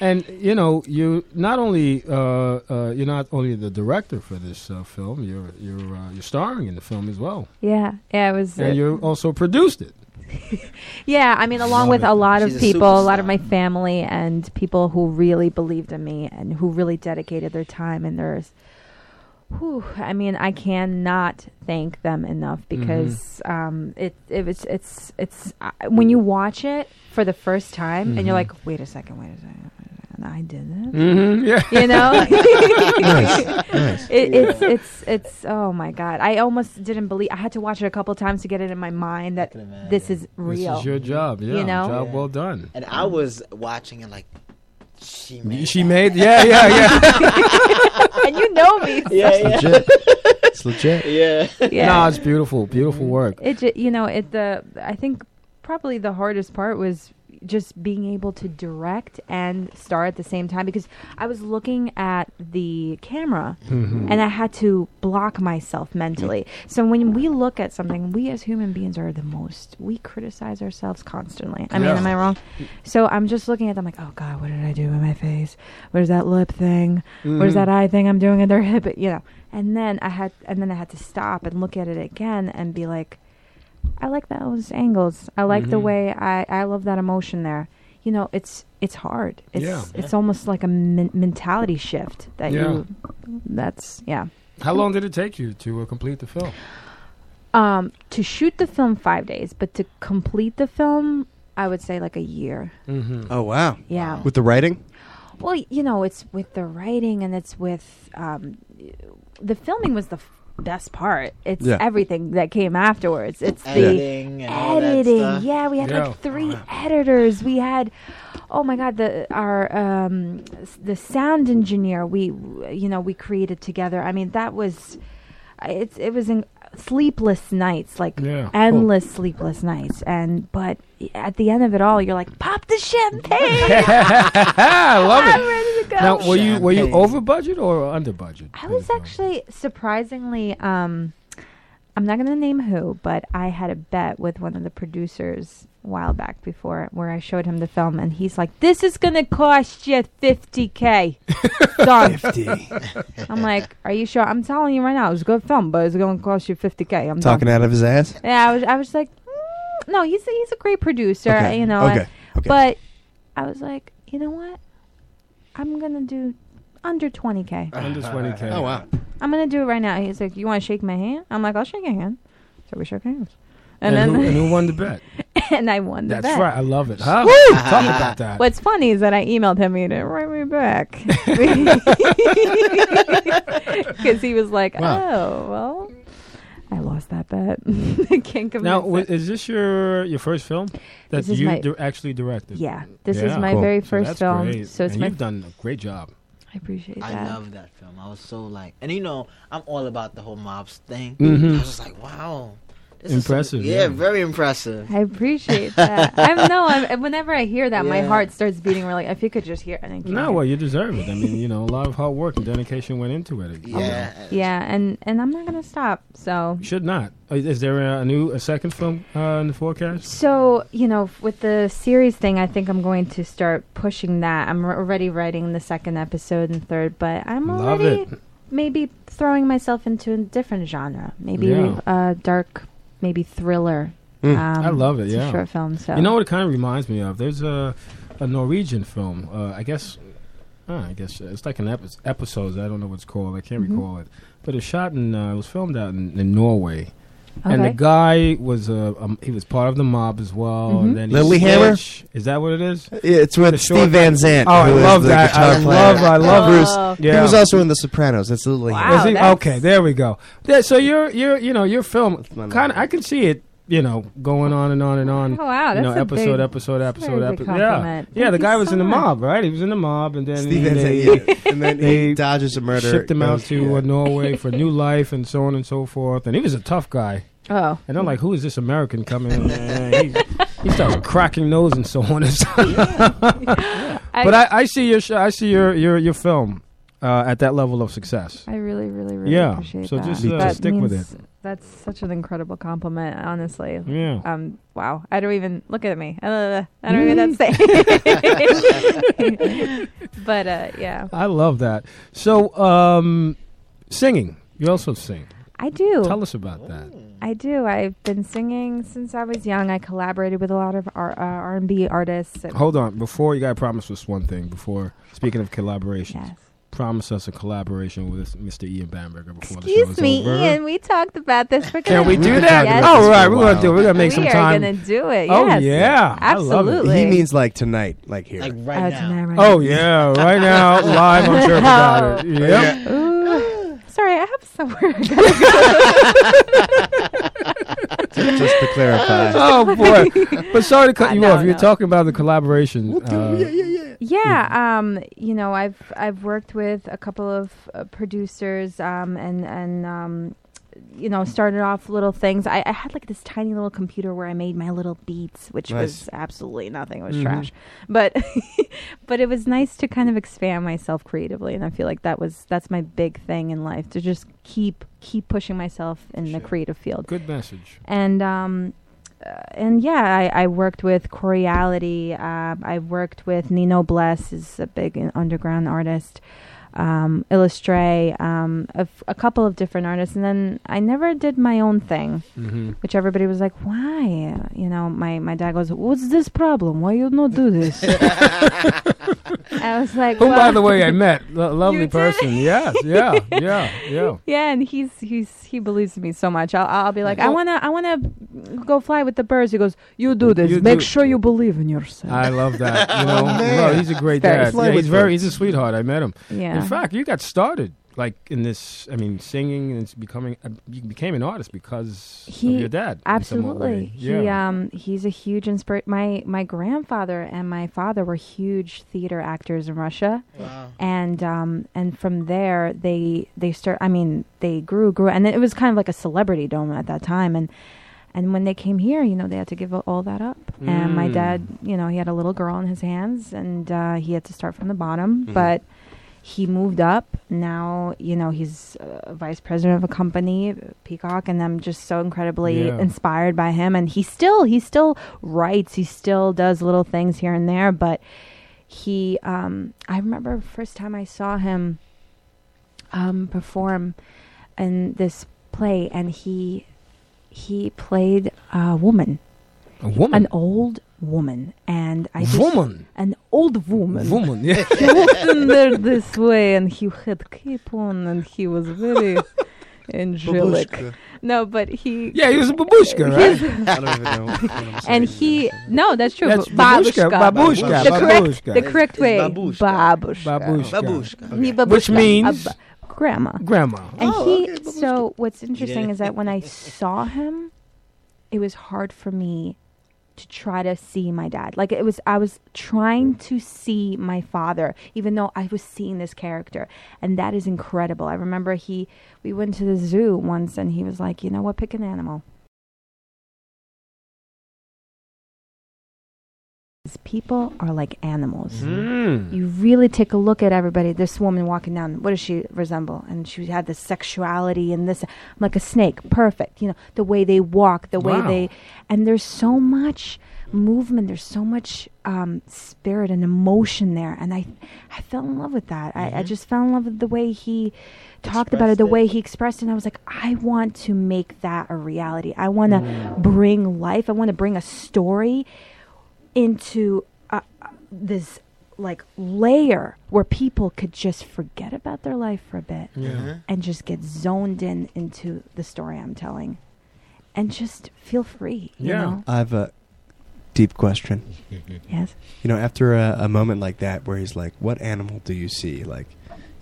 Speaker 2: and you know, you not only uh, uh, you're not only the director for this uh, film, you're you're uh, you're starring in the film as well,
Speaker 4: Yeah, yeah, it was.
Speaker 2: and you also produced it.
Speaker 4: yeah, I mean, along
Speaker 2: Love
Speaker 4: with
Speaker 2: it.
Speaker 4: a lot of
Speaker 3: She's a
Speaker 4: people, a lot of
Speaker 3: superstar.
Speaker 4: my family, and people who really believed in me and who really dedicated their time and theirs. Whew, I mean, I cannot thank them enough
Speaker 3: Mm-hmm.
Speaker 4: because um, it, it was it's it's uh, when you watch it for the first time and you're like,
Speaker 3: Mm-hmm.
Speaker 4: wait a second, wait a second, wait a second, I did this
Speaker 2: Mm-hmm. Yeah.
Speaker 3: Mm.
Speaker 4: you know
Speaker 5: nice.
Speaker 4: It, it's it's it's oh my god i almost didn't believe i had to watch it a couple times to get it in my mind that
Speaker 3: can
Speaker 4: this is real
Speaker 2: This is your job. Yeah.
Speaker 4: You know?
Speaker 2: Job
Speaker 3: Yeah.
Speaker 2: well done.
Speaker 3: And I was watching it like she made.
Speaker 2: She
Speaker 3: that.
Speaker 2: made. Yeah. Yeah. Yeah.
Speaker 4: and you know me
Speaker 3: Yeah, yeah,
Speaker 5: Legit. it's legit.
Speaker 3: yeah.
Speaker 4: yeah Mm-hmm.
Speaker 2: No, it's beautiful. Beautiful work.
Speaker 4: it ju- you know it the i think probably the hardest part was just being able to direct and star at the same time because i was looking at the camera
Speaker 2: Mm-hmm.
Speaker 4: and i had to block myself mentally so when we look at something we as human beings are the most we criticize ourselves constantly i mean
Speaker 2: Yeah.
Speaker 4: am i wrong so i'm just looking at them like oh god what did i do with my face what is that lip thing what is
Speaker 2: Mm-hmm.
Speaker 4: that eye thing i'm doing in their hip you know and then i had and then i had to stop and look at it again and be like I like those angles. I like
Speaker 2: Mm-hmm.
Speaker 4: the way I, I love that emotion there. You know, it's it's hard. It's
Speaker 2: Yeah.
Speaker 4: it's almost like a men- mentality shift that
Speaker 2: Yeah.
Speaker 4: you. That's yeah.
Speaker 2: How long did it take you to uh, complete the film?
Speaker 4: Um, to shoot the film five days, but to complete the film, I would say like a year.
Speaker 5: Oh wow.
Speaker 4: Yeah.
Speaker 5: With the writing,
Speaker 4: Well, y- you know, it's with the writing and it's with um, the filming was the f- best part. It's
Speaker 5: Yeah.
Speaker 4: everything that came afterwards. It's the
Speaker 3: Editing and all that
Speaker 4: editing.
Speaker 3: stuff.
Speaker 4: Yeah, we had
Speaker 2: Yeah.
Speaker 4: like three editors. We had, oh my god, the our um, s- the sound engineer. We you know we created together. I mean that was, it's it was in sleepless nights, like
Speaker 2: Yeah, cool.
Speaker 4: endless sleepless nights. And but at the end of it all, you're like, pop the champagne.
Speaker 2: I love
Speaker 4: I'm
Speaker 2: it.
Speaker 4: ready to go.
Speaker 2: Now, were you were you
Speaker 3: Champagne.
Speaker 2: over budget or under budget?
Speaker 4: I was actually surprisingly. Um, I'm not going to name who, but I had a bet with one of the producers a while back before where I showed him the film, and he's like, "This is going to cost you 50k." Done. I'm like, "Are you sure?" I'm telling you right now, it's a good film, but it's going to cost you 50k. I'm
Speaker 5: talking out
Speaker 4: Done.
Speaker 5: of his ass.
Speaker 4: Yeah, I was. I was like, mm, "No, he's a, he's a great producer,
Speaker 5: Okay.
Speaker 4: you know."
Speaker 5: Okay.
Speaker 4: and-
Speaker 5: okay.
Speaker 4: But I was like, you know what? I'm going to do under 20k.
Speaker 2: under twenty k.
Speaker 5: oh wow.
Speaker 4: I'm gonna do it right now. He's like, you want to shake my hand? I'm like, I'll shake your hand. So we shook hands, and,
Speaker 2: And, who, and
Speaker 4: then
Speaker 2: who won the bet?
Speaker 4: and I won the
Speaker 2: That's
Speaker 4: bet.
Speaker 2: right. I love it. Huh? Woo! Talk about that.
Speaker 4: What's funny is that I emailed him. He didn't write me back because he was like, oh well, I lost that bet. I can't convince.
Speaker 2: Now,
Speaker 4: him.
Speaker 2: w- is this your your first film that
Speaker 4: This is
Speaker 2: you
Speaker 4: my-
Speaker 2: di- actually directed?
Speaker 4: yeah, this is
Speaker 2: Yeah.
Speaker 4: my
Speaker 5: Cool.
Speaker 4: very
Speaker 2: So
Speaker 4: first
Speaker 2: that's
Speaker 4: film,
Speaker 2: great.
Speaker 4: so it's
Speaker 2: and
Speaker 4: my.
Speaker 2: you've done a great job.
Speaker 4: I appreciate that.
Speaker 3: I love that film. I was so like, and you know, I'm all about the whole mobs thing.
Speaker 2: Mhm.
Speaker 3: I was just like, wow, this is
Speaker 2: Impressive,
Speaker 3: some- yeah,
Speaker 2: yeah.
Speaker 3: very impressive.
Speaker 4: I appreciate that. I'm no. I'm, whenever I hear that, my
Speaker 3: Yeah.
Speaker 4: heart starts beating. Really, if you could just hear. I think. you
Speaker 2: No,
Speaker 4: can.
Speaker 2: well, you deserve it. I mean, you know, a lot of hard work and dedication went into it. you know.
Speaker 3: Yeah,
Speaker 4: Yeah, and and I'm not gonna stop. So
Speaker 2: You should not. Uh, Is there a, a new a second film uh, in the forecast?
Speaker 4: so you know f- with the series thing, I think I'm going to start pushing that. I'm r- already writing the second episode and third, but I'm
Speaker 2: Love
Speaker 4: already
Speaker 2: it.
Speaker 4: maybe throwing myself into a different genre, maybe
Speaker 2: Yeah. Hmm.
Speaker 4: uh, dark, maybe thriller.
Speaker 5: Mm.
Speaker 4: Um,
Speaker 2: I love it,
Speaker 4: it's
Speaker 2: yeah.
Speaker 4: a short film. So
Speaker 2: You know what it kind of reminds me of? There's a a Norwegian film. Uh, I guess. Uh, I guess uh, it's like an epi- episode. I don't know what it's called. I can't
Speaker 4: Mm-hmm.
Speaker 2: recall it. But it's shot in. Uh, it was filmed out in, in Norway. And the
Speaker 4: Okay.
Speaker 2: guy was uh, um, he was part of the mob as well.
Speaker 4: Mm-hmm.
Speaker 2: And then he
Speaker 5: Lilyhammer?
Speaker 2: switched- Is that what it is?
Speaker 5: It's
Speaker 2: The
Speaker 5: with
Speaker 2: short-
Speaker 5: Steve Van Zandt.
Speaker 2: Oh, I
Speaker 5: who is
Speaker 2: love
Speaker 5: the
Speaker 2: that.
Speaker 5: guitar
Speaker 2: I
Speaker 5: player.
Speaker 2: love. I love.
Speaker 4: Bruce.
Speaker 2: Yeah.
Speaker 5: He was also in The Sopranos. That's literally him.
Speaker 4: Wow.
Speaker 2: Is he?
Speaker 4: that's-
Speaker 2: Okay, there we go. Yeah, so your your you know your film
Speaker 5: my
Speaker 2: kind of I can see it. You know, going on and on and on.
Speaker 4: Oh, wow,
Speaker 2: you know,
Speaker 4: that's a
Speaker 2: episode,
Speaker 4: big-
Speaker 2: episode,
Speaker 4: that's a
Speaker 2: episode,
Speaker 4: very big
Speaker 2: episode. Yeah,
Speaker 4: compliment.
Speaker 2: yeah.
Speaker 4: Thank
Speaker 2: The
Speaker 4: you
Speaker 2: guy was
Speaker 4: so
Speaker 2: in the
Speaker 4: much.
Speaker 2: mob, right? He was in the mob, and then
Speaker 5: Steve Van
Speaker 2: they
Speaker 5: Zandt. Yeah. And then
Speaker 2: they
Speaker 5: he dodges a murder.
Speaker 2: shipped him out
Speaker 5: goes-
Speaker 2: to uh, Norway for new life and so on and so forth. And he was a tough guy.
Speaker 4: Oh,
Speaker 2: And I'm like, who is this American coming? in? And he, he starts cracking nose and so on and so on.
Speaker 4: I,
Speaker 2: But I, I see your sh- I see your your your film. uh, at that level of success.
Speaker 4: I really, really, really
Speaker 2: Yeah,
Speaker 4: appreciate
Speaker 2: so
Speaker 4: that.
Speaker 2: just, uh,
Speaker 4: That
Speaker 2: stick with
Speaker 4: means- That's such an incredible compliment, honestly.
Speaker 2: Yeah.
Speaker 4: Um. Wow. I don't even look at me. Uh, I don't even know what to say. but uh, yeah,
Speaker 2: I love that. So, um, singing. You also sing.
Speaker 4: I do.
Speaker 2: Tell us about that.
Speaker 4: I do. I've been singing since I was young. I collaborated with a lot of R- uh, R&B artists. and-
Speaker 2: Hold on. Before you got to promise us one thing. Before speaking of collaborations,
Speaker 4: Yes.
Speaker 2: promise us a collaboration with Mr. Ian Bamberger before the show
Speaker 4: Excuse
Speaker 2: is
Speaker 4: me,
Speaker 2: over.
Speaker 4: Ian. We talked about this. We're gonna,
Speaker 2: Can we do
Speaker 4: Yes.
Speaker 2: that?
Speaker 4: Yes.
Speaker 2: Oh, right. We're gonna do. it. We're gonna make
Speaker 4: we
Speaker 2: some
Speaker 4: are
Speaker 2: time.
Speaker 4: gonna do it.
Speaker 2: Oh
Speaker 4: yes.
Speaker 2: yeah, I love it.
Speaker 4: absolutely.
Speaker 1: He means like tonight, like here.
Speaker 3: Like
Speaker 4: Oh,
Speaker 3: right now.
Speaker 4: tonight, right
Speaker 2: Oh yeah, right now live on Chirp About It. Yep.
Speaker 4: Ooh. Sorry, I have somewhere.
Speaker 1: Just to clarify.
Speaker 2: Oh boy, but sorry to cut
Speaker 4: Uh,
Speaker 2: you
Speaker 4: no,
Speaker 2: off. You're
Speaker 4: no.
Speaker 2: talking about the collaboration. uh,
Speaker 4: yeah, um, you know, I've I've worked with a couple of uh, producers, um, and and um, you know, started off little things. I, I had like this tiny little computer where I made my little beats, which was absolutely nothing. It was trash, but but it was nice to kind of expand myself creatively, and I feel like that was that's my big thing in life to just keep keep pushing myself in the creative field
Speaker 2: Good message.
Speaker 4: and um, uh, and yeah, I, I worked with Coriolis. Um, I worked with Nino Bless, is a big uh, underground artist. Um, Illustre, um, a, f- a couple of different artists, and then I never did my own thing,
Speaker 2: Mm-hmm.
Speaker 4: which everybody was like, "Why?" You know, my my dad goes, "What's this problem? Why you not do this?" I was like,
Speaker 2: Who,
Speaker 4: well,
Speaker 2: Oh, by the way, I met. Lo- lovely
Speaker 4: did?
Speaker 2: person. Yes. Yeah. Yeah. Yeah.
Speaker 4: Yeah, and he's he's he believes in me so much. I'll I'll be like, I wanna I wanna go fly with the birds. He goes, you do this.
Speaker 2: You
Speaker 4: Make
Speaker 2: do-
Speaker 4: sure you believe in yourself. Oh,
Speaker 2: I love that. You know, no, he's a great
Speaker 4: Very
Speaker 2: dad.
Speaker 1: fly
Speaker 2: Yeah,
Speaker 1: with
Speaker 2: he's very.
Speaker 1: folks.
Speaker 2: He's a sweetheart. I met him.
Speaker 4: yeah.
Speaker 2: In fact, you got started like in this. I mean, singing and it's becoming. Uh, you became an artist because
Speaker 4: He-
Speaker 2: of your dad. in somewhat way.
Speaker 4: Absolutely.
Speaker 2: Yeah.
Speaker 4: He um he's a huge inspir my my grandfather and my father were huge theater actors in Russia.
Speaker 3: Wow.
Speaker 4: and um and from there they they start i mean they grew grew and it was kind of like a celebrity dome at that time and and when they came here you know they had to give a- all that up and my
Speaker 2: Mm.
Speaker 4: dad you know he had a little girl in his hands and uh, he had to start from the bottom
Speaker 2: Mm-hmm.
Speaker 4: but he moved up now you know he's uh, vice president of a company peacock and i'm just so incredibly
Speaker 2: Yeah.
Speaker 4: inspired by him and he still he still writes he still does little things here and there but he um i remember first time i saw him um perform in this play and he he played a woman
Speaker 2: a woman.
Speaker 4: uh, an old woman and i just,
Speaker 2: woman.
Speaker 4: an old woman
Speaker 2: Woman. Yeah.
Speaker 4: he walked in there this way and he had cape on and he was very angelic no but he
Speaker 2: yeah. He was a babushka, right?
Speaker 1: I don't even know. What I'm saying.
Speaker 4: and he no that's true
Speaker 2: That's
Speaker 4: but babushka,
Speaker 2: babushka,
Speaker 4: the
Speaker 2: babushka.
Speaker 4: correct the correct
Speaker 3: It's
Speaker 4: way
Speaker 3: babushka.
Speaker 2: Babushka.
Speaker 3: Babushka.
Speaker 4: He
Speaker 2: Which
Speaker 4: babushka, a
Speaker 2: means-
Speaker 4: ba- grandma
Speaker 2: Grandma.
Speaker 4: and
Speaker 3: Oh,
Speaker 4: he
Speaker 3: okay, babushka.
Speaker 4: so what's interesting
Speaker 3: Yeah.
Speaker 4: is that when i saw him it was hard for me to try to see my dad like it was i was trying to see my father even though i was seeing this character and that is incredible i remember he we went to the zoo once and he was like you know what pick an animal These people are like animals
Speaker 2: Mm.
Speaker 4: you really take a look at everybody. This woman walking down, what does she resemble? And she had this sexuality and this, I'm like a snake, perfect. You know, the way they walk, the way
Speaker 2: Wow.
Speaker 4: they, and there's so much movement, there's so much um, spirit and emotion there. And I, I fell in love with that. I, I
Speaker 2: Mm-hmm.
Speaker 4: just fell in love with the way he talked about it,
Speaker 3: Expressed
Speaker 4: the
Speaker 3: it.
Speaker 4: way he expressed it. And I was like, I want to make that a reality. I want to
Speaker 2: Mm.
Speaker 4: bring life, I want to bring a story into uh, uh, this like layer where people could just forget about their life for a bit and just get zoned in into the story I'm telling and just feel free. You
Speaker 2: Yeah.
Speaker 4: Know?
Speaker 1: I have a deep question.
Speaker 4: Yes.
Speaker 1: You know, after a, a moment like that, where he's like, "What animal do you see?" Like,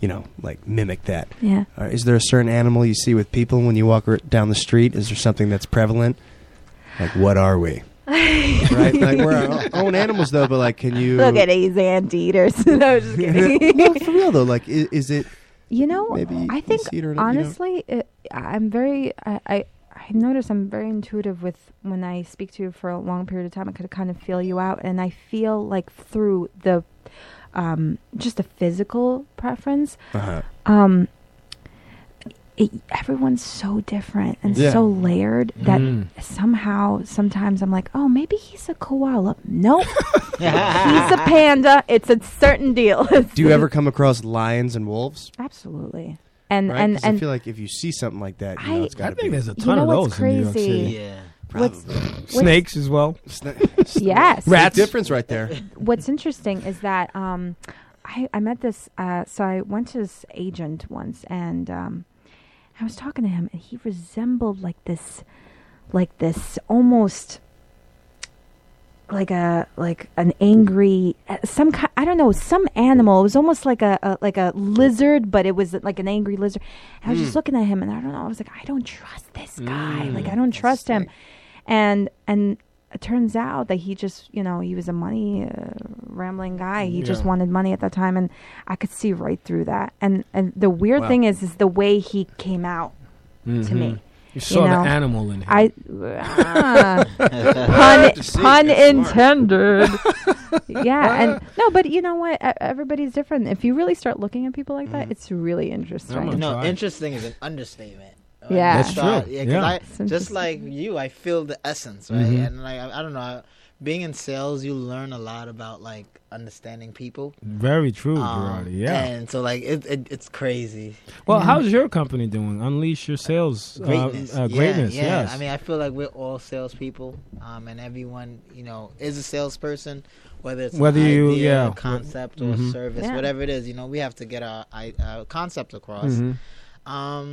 Speaker 1: you know, like mimic that.
Speaker 4: Yeah.
Speaker 1: Uh, is there a certain animal you see with people when you walk r- down the street? Is there something that's prevalent? Like, what are we? right? Like, we're our own animals, though. But like, can you
Speaker 4: Look at these anteaters. no, just
Speaker 1: no,
Speaker 4: kidding.
Speaker 1: for real though. Like, is, is it
Speaker 4: you know,
Speaker 1: maybe? you
Speaker 4: I think
Speaker 1: see it or not, you don't-
Speaker 4: honestly, it, I'm very. I, I I notice I'm very intuitive with when I speak to you for a long period of time. I could kind of feel you out, and I feel like through the um, just a physical preference,
Speaker 1: Uh-huh.
Speaker 4: um, it, everyone's so different and
Speaker 2: Yeah.
Speaker 4: so layered that
Speaker 2: Mm.
Speaker 4: somehow, sometimes I'm like, oh, maybe he's a koala. Nope, he's a panda. It's a certain deal.
Speaker 1: Do you ever come across lions and wolves?
Speaker 4: Absolutely. And
Speaker 1: Right?
Speaker 4: and
Speaker 1: 'Cause I
Speaker 4: and
Speaker 1: feel like if you see something like that, you know
Speaker 4: I-
Speaker 1: it's
Speaker 2: I
Speaker 1: got to
Speaker 2: think
Speaker 1: be
Speaker 2: there's a
Speaker 4: You
Speaker 2: ton
Speaker 4: know
Speaker 2: of
Speaker 4: what's
Speaker 2: those in New York
Speaker 4: crazy?
Speaker 2: City.
Speaker 3: yeah.
Speaker 4: what's
Speaker 2: Snakes as well.
Speaker 1: Sna-
Speaker 4: yes,
Speaker 2: Rats.
Speaker 1: difference right there.
Speaker 4: what's interesting is that um, I, I met this. Uh, so I went to this agent once, and um, I was talking to him, and he resembled like this, like this almost like a like an angry uh, some kind i don't know some animal it was almost like a, a like a lizard but it was like an angry lizard and i was just looking at him and i don't know i was like i don't trust this guy like i don't trust him and and it turns out that he just you know he was a money uh, rambling guy he just
Speaker 2: Yeah.
Speaker 4: wanted money at that time and i could see right through that and and the weird
Speaker 1: Wow.
Speaker 4: thing is is the way he came out to me
Speaker 2: You saw
Speaker 4: know,
Speaker 2: the animal in him.
Speaker 4: I ah, pun pun intended. yeah, and
Speaker 2: Ah.
Speaker 4: no, but you know what? E- Everybody's different. If you really start looking at people like
Speaker 2: Mm.
Speaker 4: that, it's really
Speaker 2: I'm
Speaker 4: interesting.
Speaker 2: a-
Speaker 3: No,
Speaker 2: Try.
Speaker 3: interesting is an understatement. I
Speaker 4: Yeah. That's
Speaker 3: just thought-
Speaker 2: true.
Speaker 3: Yeah,
Speaker 2: Yeah. Mm-hmm.
Speaker 3: 'cause I-
Speaker 4: It's
Speaker 3: just
Speaker 4: interesting.
Speaker 3: like you, I feel the essence, right? And like I, I don't know, I- being in sales, you learn a lot about like understanding people.
Speaker 2: Very true,
Speaker 3: Um,
Speaker 2: Girardi. Yeah.
Speaker 3: And so like it, it it's crazy.
Speaker 2: well, how's your company doing? Unleash your sales uh,
Speaker 3: Greatness.
Speaker 2: Uh,
Speaker 3: Yeah,
Speaker 2: greatness.
Speaker 3: yeah.
Speaker 2: Yes.
Speaker 3: I mean, I feel like we're all salespeople, um, and everyone, you know, is a salesperson, whether it's an
Speaker 2: Whether you-
Speaker 3: idea,
Speaker 2: yeah.
Speaker 3: a concept, or
Speaker 2: Mhm.
Speaker 3: service,
Speaker 4: Yeah.
Speaker 3: whatever it is. You know, we have to get our, I- our concept across.
Speaker 2: Mhm.
Speaker 3: um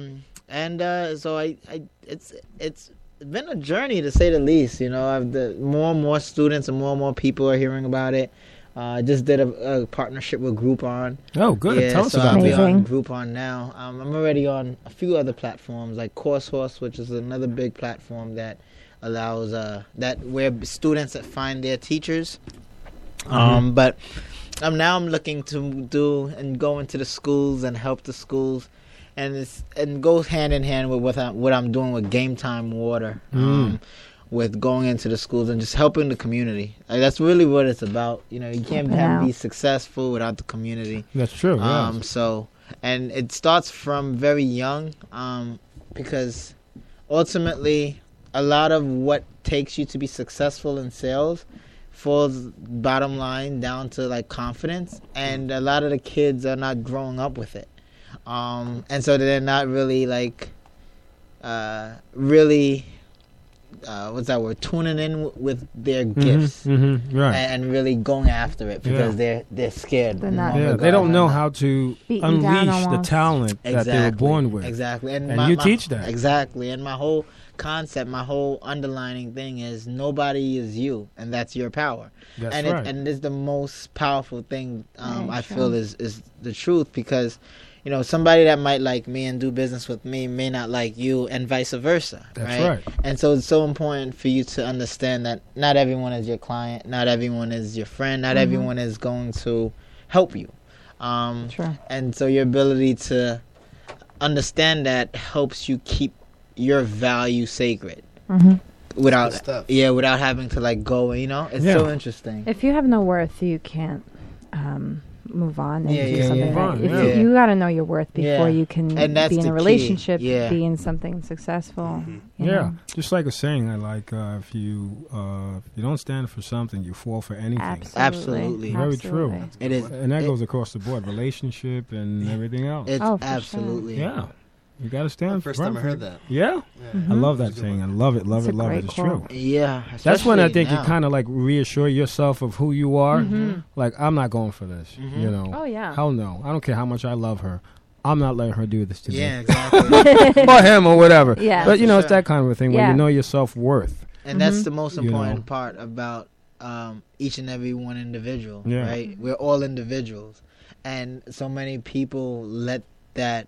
Speaker 3: and uh so i i it's it's been a journey to say the least you know i've the more and more students and more and more people are hearing about it uh, I just did a, a partnership with Groupon.
Speaker 2: Oh, good.
Speaker 3: Yeah,
Speaker 2: Tell us
Speaker 3: so
Speaker 2: about
Speaker 3: I'll be
Speaker 2: that.
Speaker 4: Amazing.
Speaker 3: on Groupon now. Um, I'm already on a few other platforms like CourseHorse, which is another big platform that allows uh, that where students that find their teachers.
Speaker 2: Mm-hmm.
Speaker 3: Um, but um, now I'm looking to do and go into the schools and help the schools, and it's and goes hand in hand with what I'm, what I'm doing with Game Time Water.
Speaker 2: Mm.
Speaker 3: Um, with going into the schools and just helping the community. Like, that's really what it's about. You know, you can't
Speaker 4: Helping
Speaker 3: have,
Speaker 4: out.
Speaker 3: be successful without the community.
Speaker 2: That's true. Oh, Yeah.
Speaker 3: Um, so, and it starts from very young, um, because ultimately, a lot of what takes you to be successful in sales falls bottom line down to like confidence, and a lot of the kids are not growing up with it, um, and so they're not really like, uh, really. Uh, what's that word? Tuning in w- with their gifts
Speaker 2: Mm-hmm. Right.
Speaker 3: and, and really going after it because
Speaker 2: Yeah.
Speaker 3: they're they're scared.
Speaker 4: They're not-
Speaker 3: Oh my
Speaker 2: yeah, they
Speaker 3: God,
Speaker 2: don't
Speaker 3: I'm
Speaker 2: know
Speaker 3: not-
Speaker 2: how to
Speaker 4: Beaten down
Speaker 2: unleash the
Speaker 4: almost.
Speaker 2: talent that they were born with.
Speaker 3: Exactly. And,
Speaker 2: And
Speaker 3: my,
Speaker 2: you
Speaker 3: my-
Speaker 2: teach that.
Speaker 3: Exactly. And my whole concept, my whole underlining thing is nobody is you, and that's your power.
Speaker 2: That's
Speaker 3: and
Speaker 2: right.
Speaker 3: it, and it's the most powerful thing um,
Speaker 4: Very
Speaker 3: I
Speaker 4: true.
Speaker 3: feel is is the truth because. You know, somebody that might like me and do business with me may not like you, and vice versa.
Speaker 2: That's right.
Speaker 3: And so it's so important for you to understand that not everyone is your client, not everyone is your friend, not everyone is going to help you. Um,
Speaker 4: True.
Speaker 3: And so your ability to understand that helps you keep your value sacred without, yeah, without having to like go. You know, it's so
Speaker 2: Mm-hmm. Yeah.
Speaker 3: interesting.
Speaker 4: If you have no worth, you can't um, move on and
Speaker 3: Yeah,
Speaker 4: do
Speaker 3: yeah,
Speaker 4: something.
Speaker 2: move
Speaker 4: that-
Speaker 2: on,
Speaker 4: if
Speaker 2: yeah.
Speaker 4: You, you got to know your worth
Speaker 3: Yeah.
Speaker 4: before you can
Speaker 3: And that's
Speaker 4: be in
Speaker 3: the
Speaker 4: a
Speaker 3: key.
Speaker 4: relationship,
Speaker 3: Yeah. Mm-hmm.
Speaker 4: be in something successful. you
Speaker 2: yeah,
Speaker 4: know?
Speaker 2: just like a saying I like: uh, if you uh, if you don't stand for something, you fall for anything.
Speaker 4: absolutely,
Speaker 3: Absolutely.
Speaker 2: Very true.
Speaker 4: absolutely.
Speaker 3: It is.
Speaker 2: And that
Speaker 3: it-
Speaker 2: goes across the board, relationship and everything else.
Speaker 3: It's
Speaker 4: Oh, for sure.
Speaker 3: absolutely.
Speaker 2: yeah, you got to stand.
Speaker 8: First
Speaker 2: for
Speaker 8: time I
Speaker 2: for-
Speaker 8: heard that.
Speaker 2: Yeah, I love that
Speaker 3: Mm-hmm.
Speaker 2: saying. I love it. Love
Speaker 4: It's
Speaker 2: it.
Speaker 4: a
Speaker 2: Love it.
Speaker 4: great
Speaker 2: It's
Speaker 4: quote.
Speaker 2: true.
Speaker 3: Yeah.
Speaker 2: That's when I
Speaker 3: especially
Speaker 2: think you
Speaker 3: now.
Speaker 2: kind of like reassure yourself of who you are. Like, I'm not going for this.
Speaker 3: Mm-hmm.
Speaker 2: You know.
Speaker 4: Mm-hmm. Oh, yeah.
Speaker 2: Hell no. I don't care how much I love her. I'm not letting her do this to
Speaker 3: Yeah,
Speaker 2: me.
Speaker 3: exactly.
Speaker 2: or him or whatever.
Speaker 4: Yeah.
Speaker 2: But you know,
Speaker 3: For
Speaker 2: it's that kind of a thing when
Speaker 4: Yeah.
Speaker 2: you know your self worth.
Speaker 3: and that's the most
Speaker 2: You know.
Speaker 3: important part about um, each and every one individual
Speaker 2: Yeah.
Speaker 3: right we're all individuals and so many people let that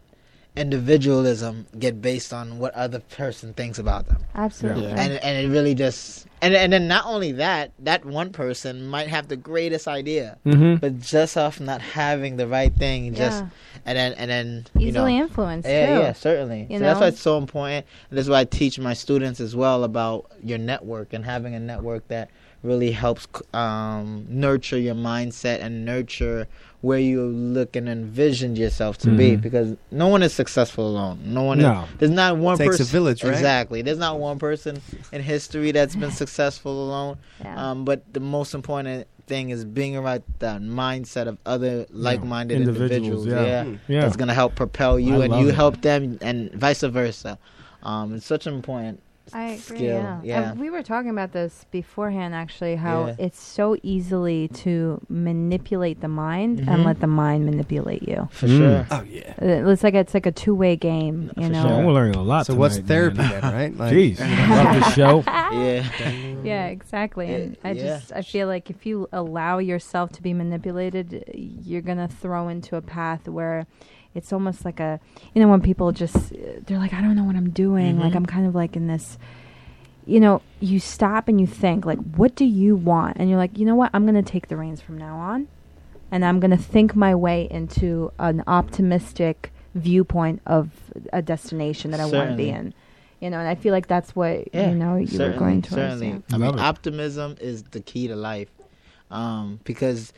Speaker 3: individualism get based on what other person thinks about them
Speaker 4: Absolutely.
Speaker 3: and and it really just and and then not only that that one person might have the greatest idea
Speaker 2: Mm-hmm.
Speaker 3: but just off not having the right thing just and then and then you know,
Speaker 4: Easily influenced.
Speaker 3: yeah,
Speaker 4: too.
Speaker 3: yeah, certainly.
Speaker 4: You
Speaker 3: so that's why
Speaker 4: know?
Speaker 3: it's so important. And that's why I teach my students as well about your network and having a network that really helps um, nurture your mindset and nurture where you look and envision yourself to be
Speaker 1: Mm-hmm.
Speaker 2: Mhm.
Speaker 3: because no one is successful alone. No one
Speaker 2: No.
Speaker 3: is, there's not one
Speaker 1: takes a
Speaker 3: person
Speaker 1: village, right?
Speaker 3: Exactly. There's not one person in history that's been successful alone.
Speaker 4: Yeah.
Speaker 3: Um, but the most important thing is being around that mindset of other like-minded
Speaker 2: Individuals,
Speaker 3: individuals.
Speaker 2: yeah.
Speaker 3: yeah
Speaker 2: Yeah.
Speaker 3: that's gonna help propel you,
Speaker 2: I
Speaker 3: and
Speaker 2: love
Speaker 3: you
Speaker 2: it.
Speaker 3: help them, and vice versa. Um, it's such an important
Speaker 4: I agree.
Speaker 3: skill.
Speaker 4: yeah.
Speaker 3: Yeah,
Speaker 4: And we were talking about this beforehand, actually, how
Speaker 3: Yeah.
Speaker 4: it's so easily to manipulate the mind
Speaker 3: Mhm.
Speaker 4: and let the mind manipulate you.
Speaker 3: for
Speaker 2: Mm.
Speaker 3: sure.
Speaker 1: Oh yeah.
Speaker 4: Uh, It's like it's like a two way game, you
Speaker 3: For
Speaker 2: Yeah,
Speaker 4: know.
Speaker 2: I'm learning a lot.
Speaker 9: So what's
Speaker 2: tonight,
Speaker 9: therapy
Speaker 2: Man.
Speaker 9: then, right? Like,
Speaker 2: Jeez, love the show.
Speaker 4: Ah.
Speaker 3: Yeah,
Speaker 4: Yeah, exactly. And I
Speaker 3: Mm. Yeah.
Speaker 4: just I feel like if you allow yourself to be manipulated, you're gonna throw into a path where it's almost like a you know when people just uh, they're like I don't know what I'm doing. Like
Speaker 3: Mhm.
Speaker 4: I'm kind of like in this. You know, you stop and you think like, what do you want? And you're like, you know what? I'm gonna take the reins from now on, and I'm gonna think my way into an optimistic viewpoint of a destination that I want to be
Speaker 3: Certainly.
Speaker 4: in. You know, and I feel like that's what
Speaker 3: Yeah,
Speaker 4: you know you were
Speaker 3: certainly,
Speaker 4: going towards.
Speaker 3: certainly.
Speaker 4: yeah.
Speaker 3: I
Speaker 2: Love
Speaker 3: mean,
Speaker 2: it.
Speaker 3: optimism is the key to life, um, because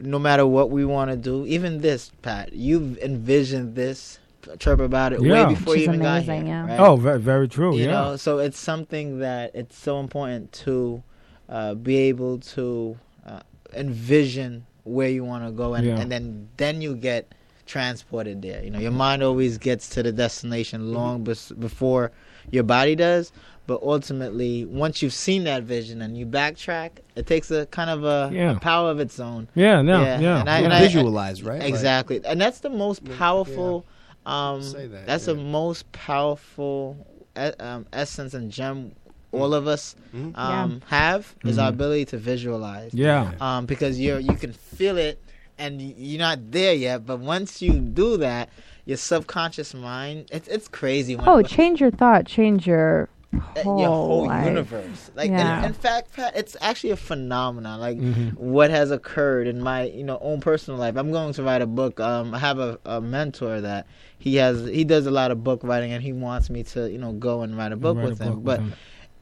Speaker 3: no matter what we want to do, even this, Pat, you've envisioned this, chirp about it
Speaker 2: Yeah.
Speaker 3: way before
Speaker 4: Which is
Speaker 3: you even got
Speaker 4: amazing,
Speaker 3: here.
Speaker 4: yeah.
Speaker 3: right?
Speaker 2: Oh, very, very true.
Speaker 3: you
Speaker 2: yeah.
Speaker 3: know so it's something that it's so important to uh, be able to uh, envision where you want to go and,
Speaker 2: Yeah.
Speaker 3: and then then you get transported there you know your mind always gets to the destination long bes- before your body does but ultimately once you've seen that vision and you backtrack it takes a kind of a, a
Speaker 2: Yeah.
Speaker 3: power of its own
Speaker 2: Yeah, no, yeah.
Speaker 3: and I- and I-
Speaker 1: Visualize, right? Like,
Speaker 3: Exactly, and that's the most powerful. Um,
Speaker 1: Say that,
Speaker 3: that's the
Speaker 1: yeah.
Speaker 3: most powerful e- um, essence and gem all of us
Speaker 1: Mhm.
Speaker 3: um, have is our
Speaker 2: Mhm.
Speaker 3: ability to visualize.
Speaker 2: yeah.
Speaker 3: Um, because you're you can feel it, and y- you're not there yet. But once you do that, your subconscious mind it's it's crazy. When
Speaker 4: Oh,
Speaker 3: when-
Speaker 4: change your thought, change your
Speaker 3: uh,
Speaker 4: whole,
Speaker 3: your whole
Speaker 4: life.
Speaker 3: universe. Like,
Speaker 4: Yeah.
Speaker 3: in, in fact, Pat, it's actually a phenomenon. Like,
Speaker 2: Mhm.
Speaker 3: what has occurred in my, you know, own personal life. I'm going to write a book. Um, I have a, a mentor that he has. He does a lot of book writing, and he wants me to, you know, go and write a book
Speaker 2: Write a
Speaker 3: with him.
Speaker 2: book
Speaker 3: but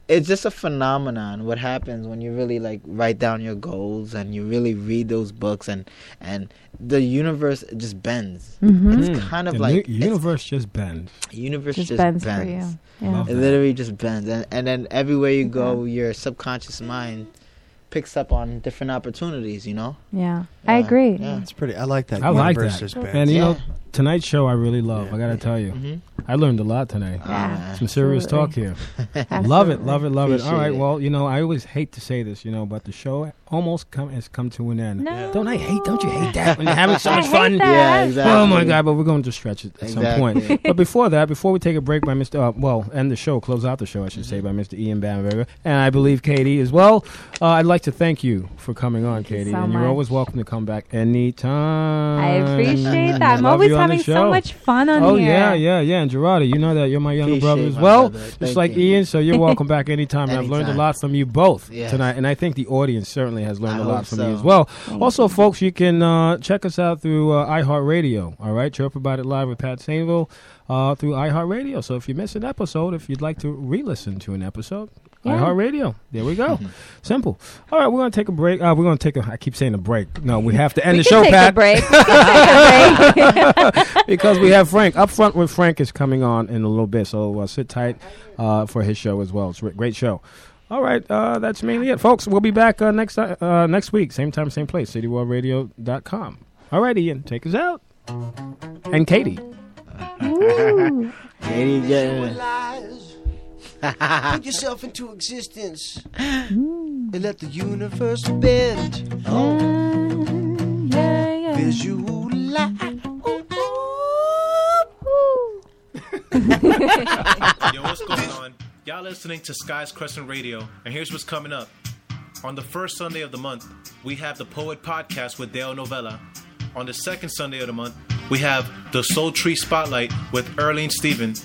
Speaker 3: it's just a phenomenon. What happens when you really like write down your goals and you really read those books, and and the universe just bends.
Speaker 4: Mhm.
Speaker 3: It's
Speaker 2: Mm.
Speaker 3: kind of
Speaker 2: The
Speaker 3: like
Speaker 2: nu-
Speaker 3: it's-
Speaker 2: universe just bends.
Speaker 3: universe
Speaker 4: Just,
Speaker 3: just,
Speaker 4: bends, for
Speaker 3: bends.
Speaker 4: you. Yeah.
Speaker 2: Love
Speaker 3: It
Speaker 2: that.
Speaker 3: literally just bends, and, and then everywhere you go, your subconscious mind picks up on different opportunities. You know,
Speaker 4: yeah, I
Speaker 3: Yeah,
Speaker 4: agree.
Speaker 3: yeah.
Speaker 1: It's pretty. I like that.
Speaker 2: I like
Speaker 1: Universe
Speaker 2: that.
Speaker 1: is
Speaker 2: And
Speaker 1: bad.
Speaker 2: you
Speaker 3: Yeah.
Speaker 2: know, tonight's show I really love. I got to tell you,
Speaker 3: Mm-hmm. Ah,
Speaker 2: I learned a lot tonight.
Speaker 4: Yeah.
Speaker 2: Some serious talk
Speaker 4: Absolutely.
Speaker 2: here. love it, love it, love it. All
Speaker 3: Appreciate
Speaker 2: right,
Speaker 3: it.
Speaker 2: well, you know, I always hate to say this, you know, but the show almost come has come to an end.
Speaker 4: No.
Speaker 2: Don't I hate? Don't you hate that? When you're having so
Speaker 4: I
Speaker 2: much
Speaker 4: hate
Speaker 2: fun.
Speaker 4: that.
Speaker 3: Yeah, exactly.
Speaker 2: Oh my God! But we're going to stretch it at some
Speaker 3: Exactly.
Speaker 2: point. but before that, before we take a break by Mr. Uh, well, end the show, close out the show, I should
Speaker 3: Mm-hmm.
Speaker 2: say, by Mr. Ian Bamberger, and I believe Katie as well. Uh, I'd like to thank you for coming on,
Speaker 4: you
Speaker 2: Katie,
Speaker 4: so
Speaker 2: and you're
Speaker 4: much.
Speaker 2: always welcome to come back anytime.
Speaker 4: I appreciate that. I'm
Speaker 2: Love
Speaker 4: always
Speaker 2: you on the
Speaker 4: having
Speaker 2: show.
Speaker 4: so much fun on
Speaker 2: oh
Speaker 4: here.
Speaker 2: yeah, yeah, yeah. And Gerardi, you know that you're my younger
Speaker 3: Appreciate
Speaker 2: brother as
Speaker 3: my
Speaker 2: well,
Speaker 3: brother.
Speaker 2: just
Speaker 3: Thank
Speaker 2: like
Speaker 3: you.
Speaker 2: Ian. So you're welcome back anytime. and I've learned a
Speaker 3: Anytime.
Speaker 2: lot from you both
Speaker 3: Yes.
Speaker 2: tonight, and I think the audience certainly has learned
Speaker 3: I
Speaker 2: a lot
Speaker 3: hope
Speaker 2: from
Speaker 3: so.
Speaker 2: you as well. also, folks, you can uh, check us out through uh, iHeartRadio. All right, chirp about it live with Pat Sainville uh, through iHeartRadio. So if you miss an episode, if you'd like to re-listen to an episode.
Speaker 4: Yeah.
Speaker 2: iHeartRadio. There we go. Simple. All right, we're gonna take a break. Uh, we're gonna take a. I keep saying a break. No, we have to end
Speaker 4: we
Speaker 2: the show,
Speaker 4: can take
Speaker 2: Pat
Speaker 4: a break. We can take a break.
Speaker 2: because we have Frank up front with Frank is coming on in a little bit. So uh, sit tight uh, for his show as well. It's a great show. All right, uh, that's mainly it, folks. We'll be back uh, next ti- uh, next week, same time, same place, cityworldradio.com. All right, Ian, take us out. And Katie.
Speaker 3: Katie getting it.
Speaker 1: Visualize. Put yourself into existence and let the universe bend. Oh,
Speaker 4: yeah, yeah.
Speaker 1: visualize.
Speaker 10: Yo, what's going on? Y'all listening to Sky's Crescent Radio, and here's what's coming up. On the first Sunday of the month, we have the Poet Podcast with Dale Novella. On the second Sunday of the month, we have the Soul Tree Spotlight with Erlene Stephen.